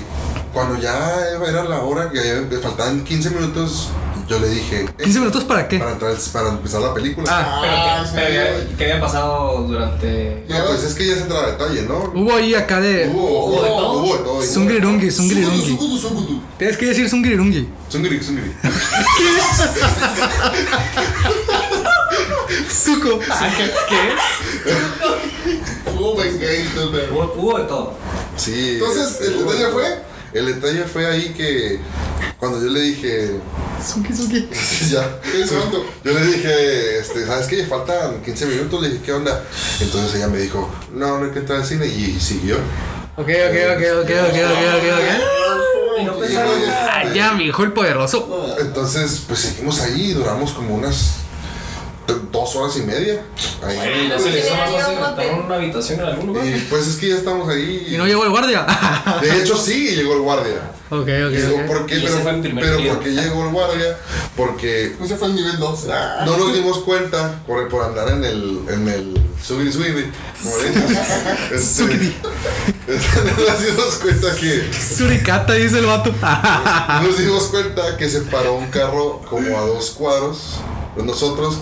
cuando ya era la hora, que ya faltaban 15 minutos, yo le dije... eh,
15 minutos para qué?
Para, entrar, para empezar la película.
Ah,
Pero,
sí.
¿qué, pero, ¿qué había pasado durante.?
No, pues es que ya se entra a detalle, ¿no?
hubo ahí acá de.
Hubo,
hubo de todo.
hubo de todo.
Zungirungi, zungirungi.
Sungudu, sungudu.
Tienes que decir zungirungi.
Zungiri, zungiri.
Suco.
Hubo venganza, pero-
Hubo, hubo de todo.
Sí.
Entonces, ¿el
hubo de
detalle
todo.
fue?
El detalle fue ahí que cuando yo le dije,
Sungi, sungi.
ya.
¿Qué santo?
Yo le dije, este, ¿sabes qué? Faltan 15 minutos, le dije, ¿qué onda? Entonces ella me dijo, no, no hay que entrar al cine y siguió.
Ok, ok, ok, ok, ok, ok, ok, ok.
Y no
Y,
pensaba-
pues,
Ah, ya, mi hijo el poderoso.
Entonces, pues seguimos ahí, duramos como unas t- dos horas y media.
Güey,
Ahí.
¿no se le hizo más
Hubiera
fácil
ido a un
rentar
hotel.
una habitación en algún lugar?
Y pues es que ya estamos ahí.
Y no llegó el guardia.
De hecho, sí, llegó el guardia.
Ok,
Llegó
ok, ok.
porque,
Y ese
pero,
fue el primer
pero
día.
porque llegó el guardia, porque
Ese fue el nivel Ah. 2.
No nos dimos cuenta por, por andar en el, en el subir subir. Como le dicen. Este, no nos dimos cuenta que
Suricata dice el vato.
no nos dimos cuenta que se paró un carro como a dos cuadros de nosotros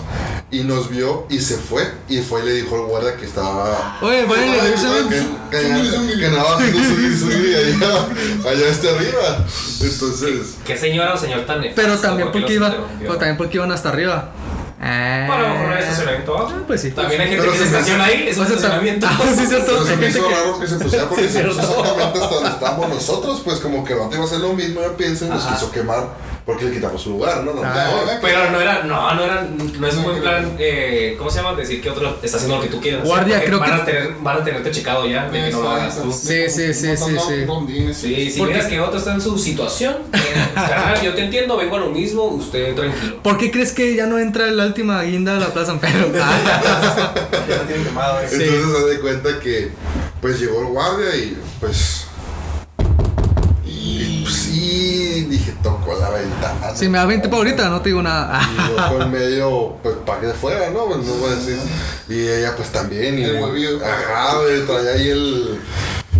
y nos vio y se fue y fue y le dijo al guardia que estaba
Oye, váyanle,
que,
regresen.
que- que andaba haciendo subir subir allá allá hasta arriba. Entonces
¿Qué señora o señor tan nefasto?
Pero también
¿Por qué
porque
los
iba.
interrumpió?
Pero también porque iban hasta arriba. Ah.
Bueno, a lo mejor no hay estacionamiento abajo.
Pues sí.
También hay gente
Pero
que se
se me-
estaciona ahí, es un
O sea,
estacionamiento.
Ah, sí, cierto.
Pero se
Hay
me
gente
hizo
que.
raro que se pusiera porque
Sí,
se puso
cierto.
exactamente hasta donde estábamos nosotros, pues como que no te iba a hacer lo mismo, yo pienso, y nos
Ajá.
quiso quemar porque le quitamos su lugar, ¿no? Donde
Ah,
ahora-
Pero no era, no, no era, no es un buen plan, eh, ¿cómo se llama? Decir que otro está haciendo lo que tú quieres.
Guardia,
Porque
creo
van
que-
A tener, van a tenerte checado ya, de que no lo hagas tú.
Sí, sí, sí, sí, sí.
Sí, si
Porque-
miras que otro está en su situación, eh, carnal, yo te entiendo, vengo a lo mismo, usted tranquilo.
¿Por qué crees que ya no entra la última guinda de la Plaza San Pedro? Ah,
Ya no tienen quemado, eh.
Entonces se da cuenta que pues llegó el guardia y pues... Y pues sí, dije, tocó la ventana.
Si me da 20 pa' ahorita, no te digo nada. Ah.
Y yo con medio, pues para que fuera, ¿no? Pues no voy a decir. Y ella pues también. Y
El huevillo.
Ajá, güey, traía ahí el...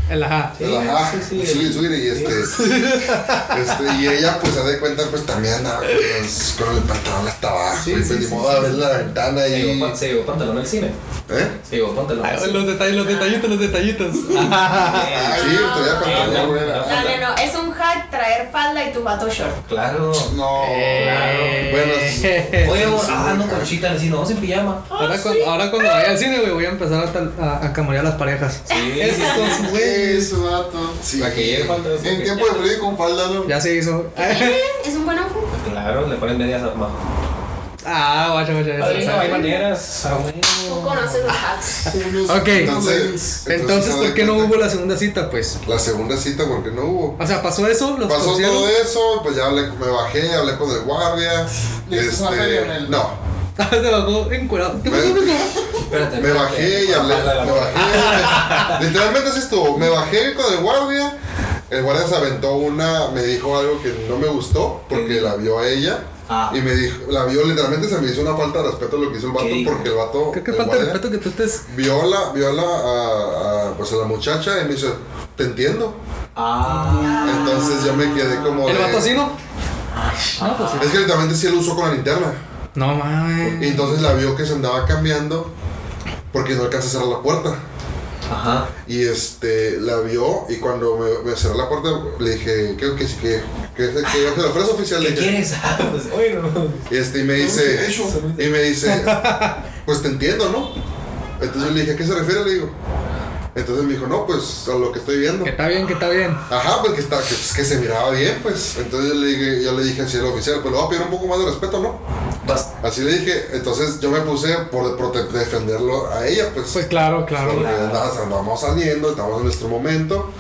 El ajá.
Sí,
Ajá,
sí, sí,
y
el-
subir, subir, y este, este, y ella pues se da cuenta pues también andaba con, los- con el pantalón hasta abajo y pues ni modo a ver la ventana
Se
y
llevó, pan- se llevó pantalón al cine.
¿eh?
Se llevó pantalón al cine.
Los detalles, los detallitos, los detallitos.
Ah, sí, traía pantalón, güey.
No, no, no, es un hack traer falda y tu vato short.
Claro.
No,
Ah,
bueno,
Eh.
Oye, amor,
sí,
ah, no,
ajá.
Conchita, le decimos, vamos en pijama.
Ahora, cuando, ahora cuando vaya al cine, güey, voy a empezar a, tal- a, a camorear las parejas.
Sí, sí,
Estos, güey.
Eso, vato.
sí,
Para que llegue falta de
En tiempo de frío con falda, ¿no?
Ya se hizo.
Es un buen outfit.
Claro, le ponen medias abajo.
Ah, guacha, guacha. ya se lo
Padrino, hay
sabe.
maneras. ah, güey.
Tú conoces los hacks.
Ok.
Entonces,
Entonces,
se da
¿por qué no
cuenta-
hubo la segunda cita, pues?
la segunda cita? Porque no hubo.
O sea, pasó eso, los
Pasó
conocieron.
todo eso, pues ya hablé, me bajé, hablé con el guardia.
¿Le hiciste una feria en
Este,
el-
no,
Ah, se bajó encuerado. ¿Qué pasó,
Me-
mijo?
Espérate,
Me bajé y hablé. Me bajé. Literalmente es esto. Me bajé con el guardia. El guardia se aventó una. Me dijo algo que no me gustó porque la vio a ella.
Ah.
Y me dijo, la vio literalmente se me hizo una falta de respeto lo que hizo el vato
¿Qué dijo?
porque el vato.
Creo que
el
falta de
guardia,
respeto que tú estés.
Viola, viola a, a, pues a la muchacha y me dice, te entiendo.
Ah.
Entonces yo me quedé como.
¿El
de-
vato así no? No, pues sí.
Es que literalmente sí lo usó con la linterna.
No
Y
mames.
Eh, entonces la vio que se andaba cambiando porque no alcanza a cerrar la puerta.
Ajá.
Y este, la vio y cuando me, me cerró la puerta le dije, ¿qué, qué, qué, qué, qué, qué se le ofrece oficial? Le
¿Qué
dije,
quieres? Ah, pues, oye, no.
Este, y me
¿Qué
dice,
hecho?
y me dice, pues te entiendo, ¿no? Entonces yo le dije, ¿a qué se refiere? Le digo. Entonces me dijo, no, pues a lo que estoy viendo.
Que está bien, que está bien.
Ajá, pues que, está, que, pues, que se miraba bien, pues. Entonces yo le dije, yo le dije así al oficial, pues le voy a pedir un poco más de respeto, ¿no?
Basta.
Así le dije, entonces yo me puse por, por de- defenderlo a ella, pues.
Pues claro, claro.
Porque nada, andamos saliendo, estamos en nuestro momento.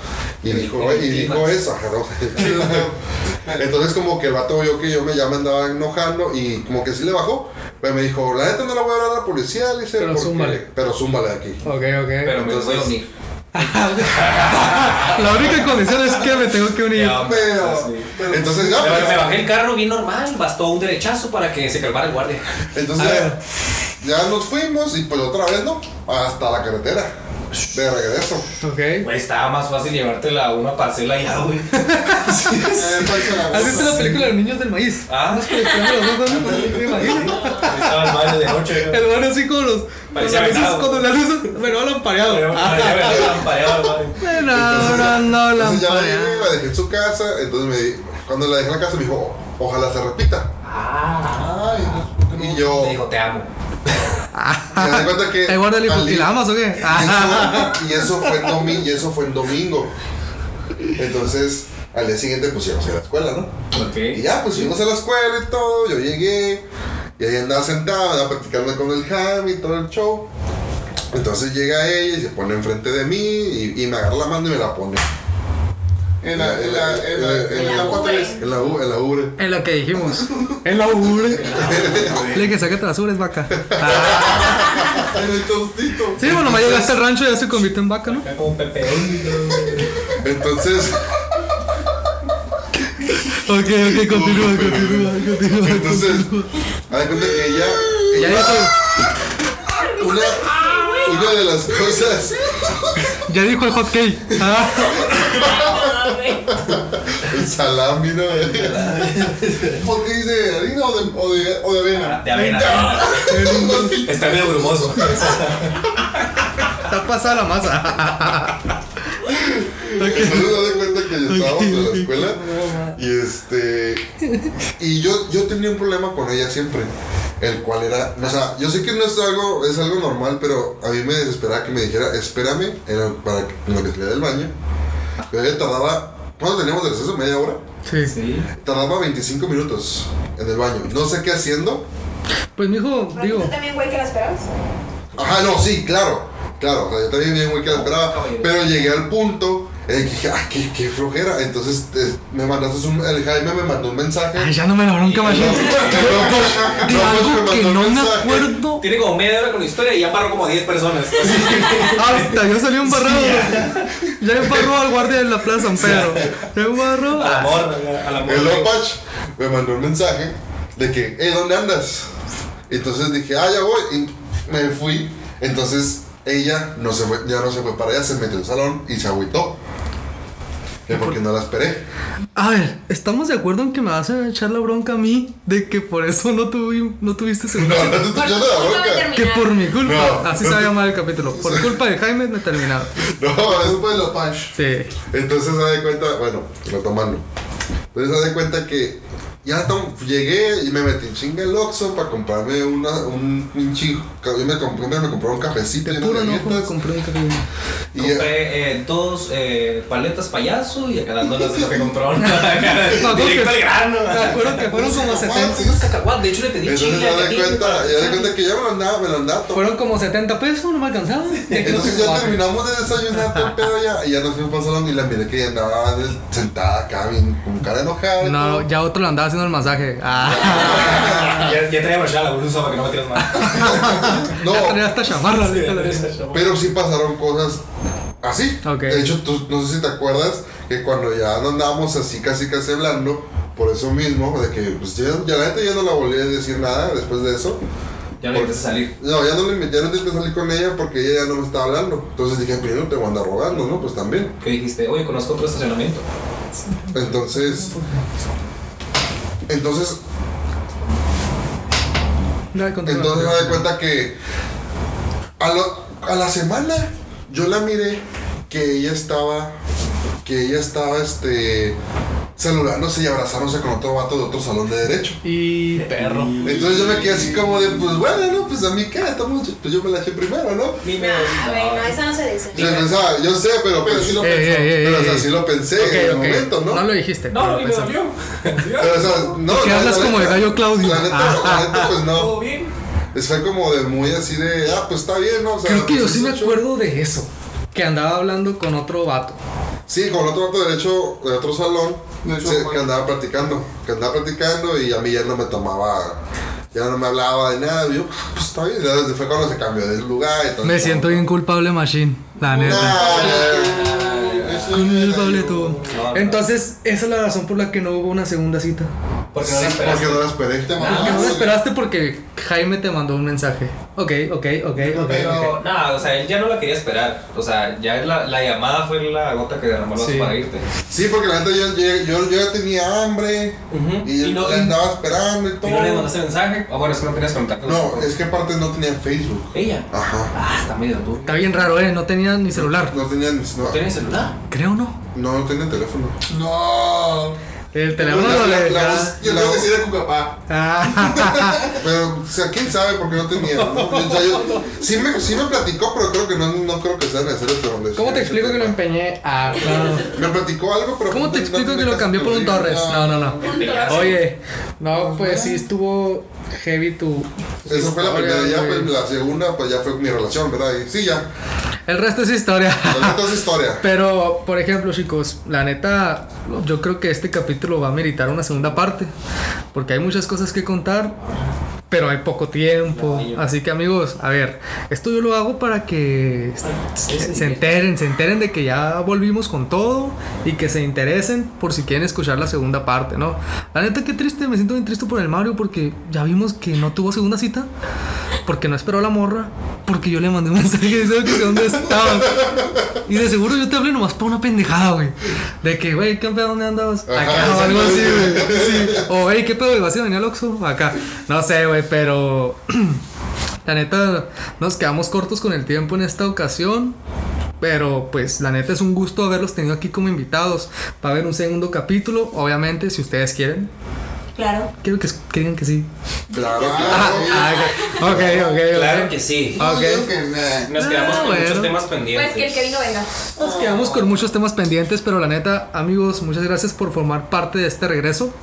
Y
El-
dijo,
el
y dijo
clímax.
eso. ajá, ¿no? Entonces como que el vato vio que yo me ya me andaba enojando y como que sí le bajó. Pero me dijo, la neta no la voy a dar a la policía, le dice,
Pero
porque-
zúmbale.
Pero zúmbale aquí.
Ok, ok.
Pero me voy a
Entonces-
unir.
La única condición es que me tengo que unir.
Ya, hombre,
Pero,
Ah, sí.
pero- entonces ya,
Me
pues,
me bajé el carro bien normal, bastó un derechazo para que se calmara el guardia.
entonces
A
ya,
ver.
ya nos fuimos y pues otra vez, ¿no? Hasta la carretera. De regreso.
Ok.
Güey, estaba más fácil llevártela a una parcela ya, güey.
Eh, falsa la
¿Has visto
voz.
la película de los niños del maíz?
Ah,
Que le ponen los ojos con el maíz.
estaba el baño de noche. güey.
El bueno así con los. Con
Parecía
las luces,
venado.
cuando las luces. Pero lo han pareado.
Pero,
Ah,
pero ya me había lampareado el baño.
No, no, no, lo han
Entonces ya la llevé,
pareado.
la dejé en su casa. Entonces me, di- cuando la dejé en la casa me dijo, ojalá se repita.
Ah.
Ay, no, ¿por qué no?
Y yo
Te dijo, te amo.
me di cuenta que.
¿Te guarda el
al día-
hipotilamas o qué?
Y
Ah,
eso- Y eso fue en domingo. Y eso fue en domingo. Entonces, al día siguiente, pues íbamos a ir a la escuela, ¿no? Y
Ok.
ya, pues fuimos a la escuela y todo. Yo llegué. Y ahí andaba sentado, andaba practicando con el Ham y todo el show. Entonces llega ella y se pone enfrente de mí y, y me agarra la mano y me la pone.
En la, en la, en la, en la,
En la
cuatro
ubre.
es-
En la, u- en la ubre.
En lo que dijimos. En la ubre. Le dije, sácate las ubres, vaca. Ah,
en el tostito.
Sí, bueno, me llegaste al rancho y ya se convirtió en vaca, ¿no?
Acá como Pepe.
Entonces.
Ok, ok, continúa, continúa, continúa.
Entonces, haz de cuenta que ella.
Ya
ella-
dijo,
una, una de las cosas.
ya dijo el hot cake. Ah,
El salami, ¿no?
¿Por qué dice harina o de, o de, o de avena?
De avena. Está medio brumoso.
está pasada la masa.
Entonces, haz de cuenta que ya estábamos en la escuela. Y este. Y yo, yo tenía un problema con ella siempre. El cual era. O sea, yo sé que no es algo, es algo normal, pero a mí me desesperaba que me dijera, espérame, era para que me saliera del baño. Pero ella tardaba. ¿Cuánto teníamos de receso? ¿Media hora?
Sí.
Sí.
Tardaba 25 minutos en el baño. No sé qué haciendo.
Pues mijo, digo,
¿Tú también, güey, que la esperabas?
Ajá, no, sí, claro. Claro, o sea, yo también bien güey que la esperaba.
caballero.
Pero llegué al punto en que dije, ah, qué, qué flojera. Entonces eh, me mandaste un. El Jaime me mandó un mensaje.
ay, ya no me la bronca más.
No,
De
no, no, pues,
algo
me
que
mandó
no
un
me
mensaje.
acuerdo.
Tiene como media hora con la historia y ya paró como 10 personas.
Hasta yo salí embarrado. Ya embarró al guardia de la plaza San Pedro. Ya embarró.
Al amor, al amor.
El Opach me mandó un mensaje de que, hey, ¿dónde andas? Entonces dije, ah, ya voy. Y me fui. Entonces ella no se fue, ya no se fue para allá, se metió al salón y se agüitó. Que Porque no la esperé.
A ver, ¿estamos de acuerdo en que me vas a echar la bronca a mí de que por eso no, tuvi- no tuviste
No,
seguridad?
no te estoy echando la boca.
Que por mi culpa,
No.
así se va a llamar el capítulo. Por culpa de Jaime me terminaron.
No, es
Después de la Pash.
Sí.
Entonces se da cuenta, bueno, retomando. Entonces se da cuenta que ya tam- llegué y me metí en chinga el Oxxo para comprarme una, un, un chico. Yo me compré, me compré un cafecito y
De
unas
puro enojo me
galletas.
compré un café.
Y
Compré eh, dos eh, paletas payaso y acá dándolas de lo que compraron.
que-
Directo al grano.
Me acuerdo que fueron como 70.
Unos cacahuates, de hecho le pedí
Ah, entonces
chile.
se da cuenta, ya da cuenta que ya me lo andaba, me lo andaba tomando.
Fueron como 70 pesos, no me "Pues, alcanzaba.
Entonces ya terminamos de desayunar todo el pedo ya, y ya nos fuimos para el salón y la miré que ya andaba de- sentada acá bien, con cara enojada. y todo.
No, ya otro le andaba haciendo el masaje. Ah,
Ya, ya traía brochada la blusa para que no me tiras más.
no,
ya tenía hasta chamarra.
Sí,
déjala.
Pero sí pasaron cosas así.
Ok.
De hecho, tú, no sé si te acuerdas que cuando ya andábamos así, casi, casi hablando, por eso mismo, de que pues, ya, ya la neta ya no la volví a decir nada después de eso.
Ya no intentes salir.
No, ya no le invité, ya no intenté salir con ella porque ella ya no me estaba hablando. Entonces dije, pero yo no te voy a andar rogando, ¿no? Pues también.
¿Qué dijiste? Oye, conozco otro estacionamiento.
Entonces. Entonces,
Ya, continúa.
entonces me doy cuenta que a, lo- a la semana Yo la miré que ella estaba, que ella estaba, este, saludándose y abrazándose con otro vato de otro salón de derecho.
Y
Perro.
Entonces yo me quedé así como de, pues bueno, ¿no? Pues a mí qué, estamos, pues yo me la eché primero, ¿no?
Ni me-
Nah, Ah, güey, no, eso no se dice.
O sea, pensaba, yo sé, pero
Pero
pues,
sí lo
Ey,
pensó.
ey, ey,
pero, o
ey,
sea,
ey.
sí lo pensé
Ok,
en el
ok.
momento, ¿no?
No lo dijiste.
No,
pero
y me
pensé.
dolió.
Pero, o sea, no,
¿Por qué
no,
hablas
la
como
neta-
el gallo Claudio?
La neta,
Ah.
la neta, pues no.
¿Todo bien?
Es fue como de muy así de, ah, pues está bien, ¿no? O sea,
Creo que yo sí me
18.
acuerdo de eso. Que andaba hablando con otro vato.
Sí, con el otro vato derecho de otro salón,
De hecho,
sí,
Juan.
que andaba platicando, que andaba platicando y a mí ya no me tomaba, ya no me hablaba de nada, y yo, pues está bien, ya desde fue cuando se cambió del lugar y todo.
Me siento bien culpable, Machine. La
Nah,
neta.
Eso
Culpable
era
tú.
yo.
No, no.
Entonces, esa es la razón por la que no hubo una segunda cita.
Porque no la
sí, porque
esperaste.
no la esperé.
pues. Te
Porque no
mamaste.
lo esperaste porque Jaime te mandó un mensaje. Ok, ok, ok, ok.
Pero nada, o sea, él ya no la quería esperar. O sea, ya la, la llamada fue la gota que derramó el vaso
Sí.
para irte.
Sí, porque la neta yo, yo, yo, yo ya tenía hambre y,
Y no-
la andaba esperando y
¿Y no le
todo.
mandaste mensaje? Ah, bueno, es que no tenías contacto.
No, es que aparte no tenía Facebook.
Ella.
Ajá.
Ah, está medio duro.
Está bien raro, eh. No tenía ni celular.
No tenía, ni- no,
¿No tenías celular?
Creo no.
no, no tenía teléfono.
No.
El teléfono
La-
lo
la-
le.
la-
ah.
Yo tengo que decir a Cucapá.
Ah,
Pero, o sea, quién sabe por qué no tenía. ¿no? O sea, yo- sí, me, sí me platicó, pero creo que no, no creo que sea necesario. que donde-
¿Cómo te explico que lo empeñé? Ah, no.
Me platicó algo, pero.
¿Cómo te
no
explico
tiene
que lo
caso
cambié por un
diga.
Torres? No, no, no.
Punto.
Oye, no, pues sí estuvo heavy tu.
Esa fue la
historia,
primera, ya
güey.
pues, la segunda, pues ya fue mi relación, ¿verdad? Y sí, ya.
El resto es historia.
La neta es historia.
Pero, por ejemplo, chicos, la neta, yo creo que este capítulo va a meritar una segunda parte. Porque hay muchas cosas que contar, pero hay poco tiempo.
No, yo-
Así que, amigos, a ver, esto yo lo hago para que se se enteren, se enteren de que ya volvimos con todo y que se interesen por si quieren escuchar la segunda parte, ¿no? La neta, qué triste, me siento bien triste por el Mario porque ya vimos que no tuvo segunda cita, porque no esperó a la morra, porque yo le mandé un mensaje diciendo que dónde estaba. Y de seguro yo te hablé nomás para una pendejada, güey. De que, güey, ¿qué pedo? ¿Dónde andabas?
Ajá,
Acá o algo así, güey. Sí. O, hey, ¿qué pedo? güey? ¿Vas a venir al Oxxo? Acá. No sé, güey, pero... La neta, nos quedamos cortos con el tiempo en esta ocasión. Pero pues la neta es un gusto haberlos tenido aquí como invitados. Va a haber un segundo capítulo, obviamente, si ustedes quieren.
Claro.
Quiero que, que digan que sí.
Claro.
Ah, ah, ok, ok, ok.
Claro que sí.
Ok.
Yo que, nah.
Nos quedamos
Ah,
con
bueno.
muchos temas
Pues
pendientes.
que el que vino venga.
Nos quedamos con muchos temas pendientes, pero la neta, amigos, muchas gracias por formar parte de este regreso.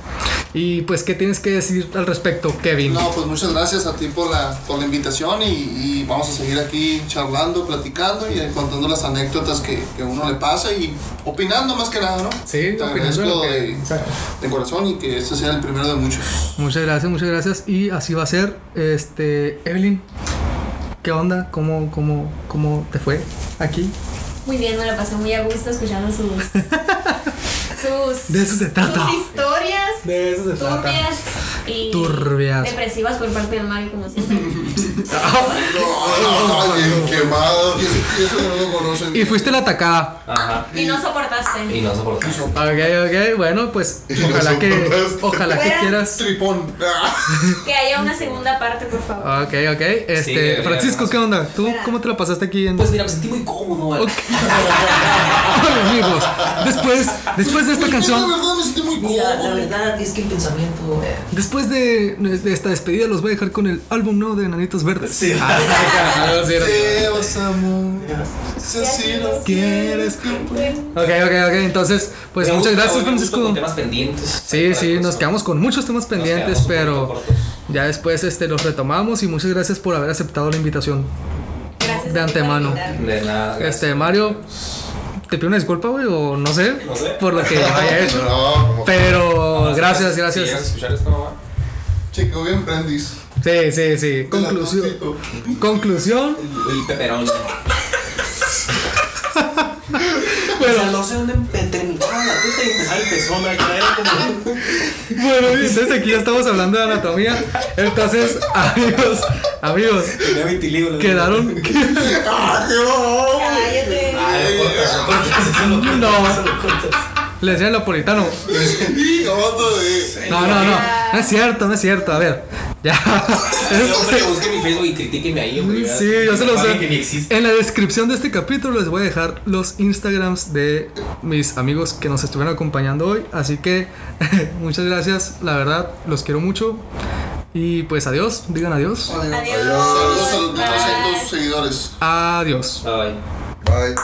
Y pues, ¿qué tienes que decir al respecto, Kevin?
No, pues muchas gracias a ti por la, por la invitación y, y vamos a seguir aquí charlando, platicando y contando las anécdotas que, que uno le pasa y opinando más que nada, ¿no?
Sí,
Te
opinando de lo
agradezco
que-
de,
Exacto.
de corazón y que este sea el primero de muchos.
Muchas gracias, muchas gracias. Y así va a ser. Este, Evelyn, ¿qué onda? ¿Cómo, cómo, cómo te fue aquí?
Muy bien, me la pasé muy a gusto escuchando sus. sus.
De eso se trata.
Sus historias.
De eso se
Turbias y
Turbias.
depresivas por parte del Mario, como siempre.
No, no, bien quemado.
Y eso, y eso que no lo conocen.
Y fuiste la atacada.
Ajá.
y no soportaste.
Y no soportamos.
Ok, ok, bueno, pues ojalá que, ojalá que quieras.
Tripón. Ah.
Que haya una segunda parte, por favor.
Ok, ok. Este, Francisco, ¿qué onda? ¿Tú cómo te la pasaste aquí en.?
Pues mira, me sentí muy cómodo.
Ok. Hola, amigos, después, después de esta
La
canción,
verdad me sentí muy
Mira, la
cómodo.
verdad es que el pensamiento. eh,
después de, de esta despedida, los voy a dejar con el álbum nuevo de Nanitos Verdes.
Sí.
Ah, no, sí, no.
Te vas a morir, Si así lo quieres.
Ok, ok, ok. Entonces, pues
Me
muchas
gusta,
gracias,
me gusta
Francisco.
Con temas pendientes.
Sí,
Para
sí, nos
cosas.
quedamos con muchos temas pendientes,
quedamos un
pero
poquito cortos.
ya después este, los retomamos y muchas gracias por haber aceptado la invitación.
Gracias.
De
a ti por
antemano.
invitarme.
De nada.
Este, Mario, te pido una disculpa, güey, o no sé,
No sé.
por lo que haya hecho.
No, como.
Pero
Gracias,
gracias,
Si llegas a
gracias.
escuchar esto, mamá.
Chico, bien prendis.
Sí, sí, sí. Conclusión.
Relatoncito.
Conclusión.
El, el peperón.
o sea, no sé dónde empe- terminaba la puta y empezaba el pezón acá. Era como.
Bueno, y entonces aquí ya estamos hablando de anatomía. Entonces, amigos, amigos,
Tenía vitilibro.
quedaron.
¡Ah, qué horror!
Cállate.
Ay, corta, corta, eso lo corta,
No.
eso lo cortas.
Le decían napolitano.
Y otro de.
No, no, no. No es cierto, no es cierto. A ver, ya.
Ese hombre que busque mi Facebook y critíquenme ahí, hombre.
Sí, yo se lo sé.
Que ni existe.
En la descripción de este capítulo les voy a dejar los Instagrams de mis amigos que nos estuvieron acompañando hoy. Así que muchas gracias, la verdad, los quiero mucho. Y pues adiós, digan adiós.
Adiós.
Adiós.
Saludos a los
Bye.
200 seguidores.
Adiós.
Ay.
Bye.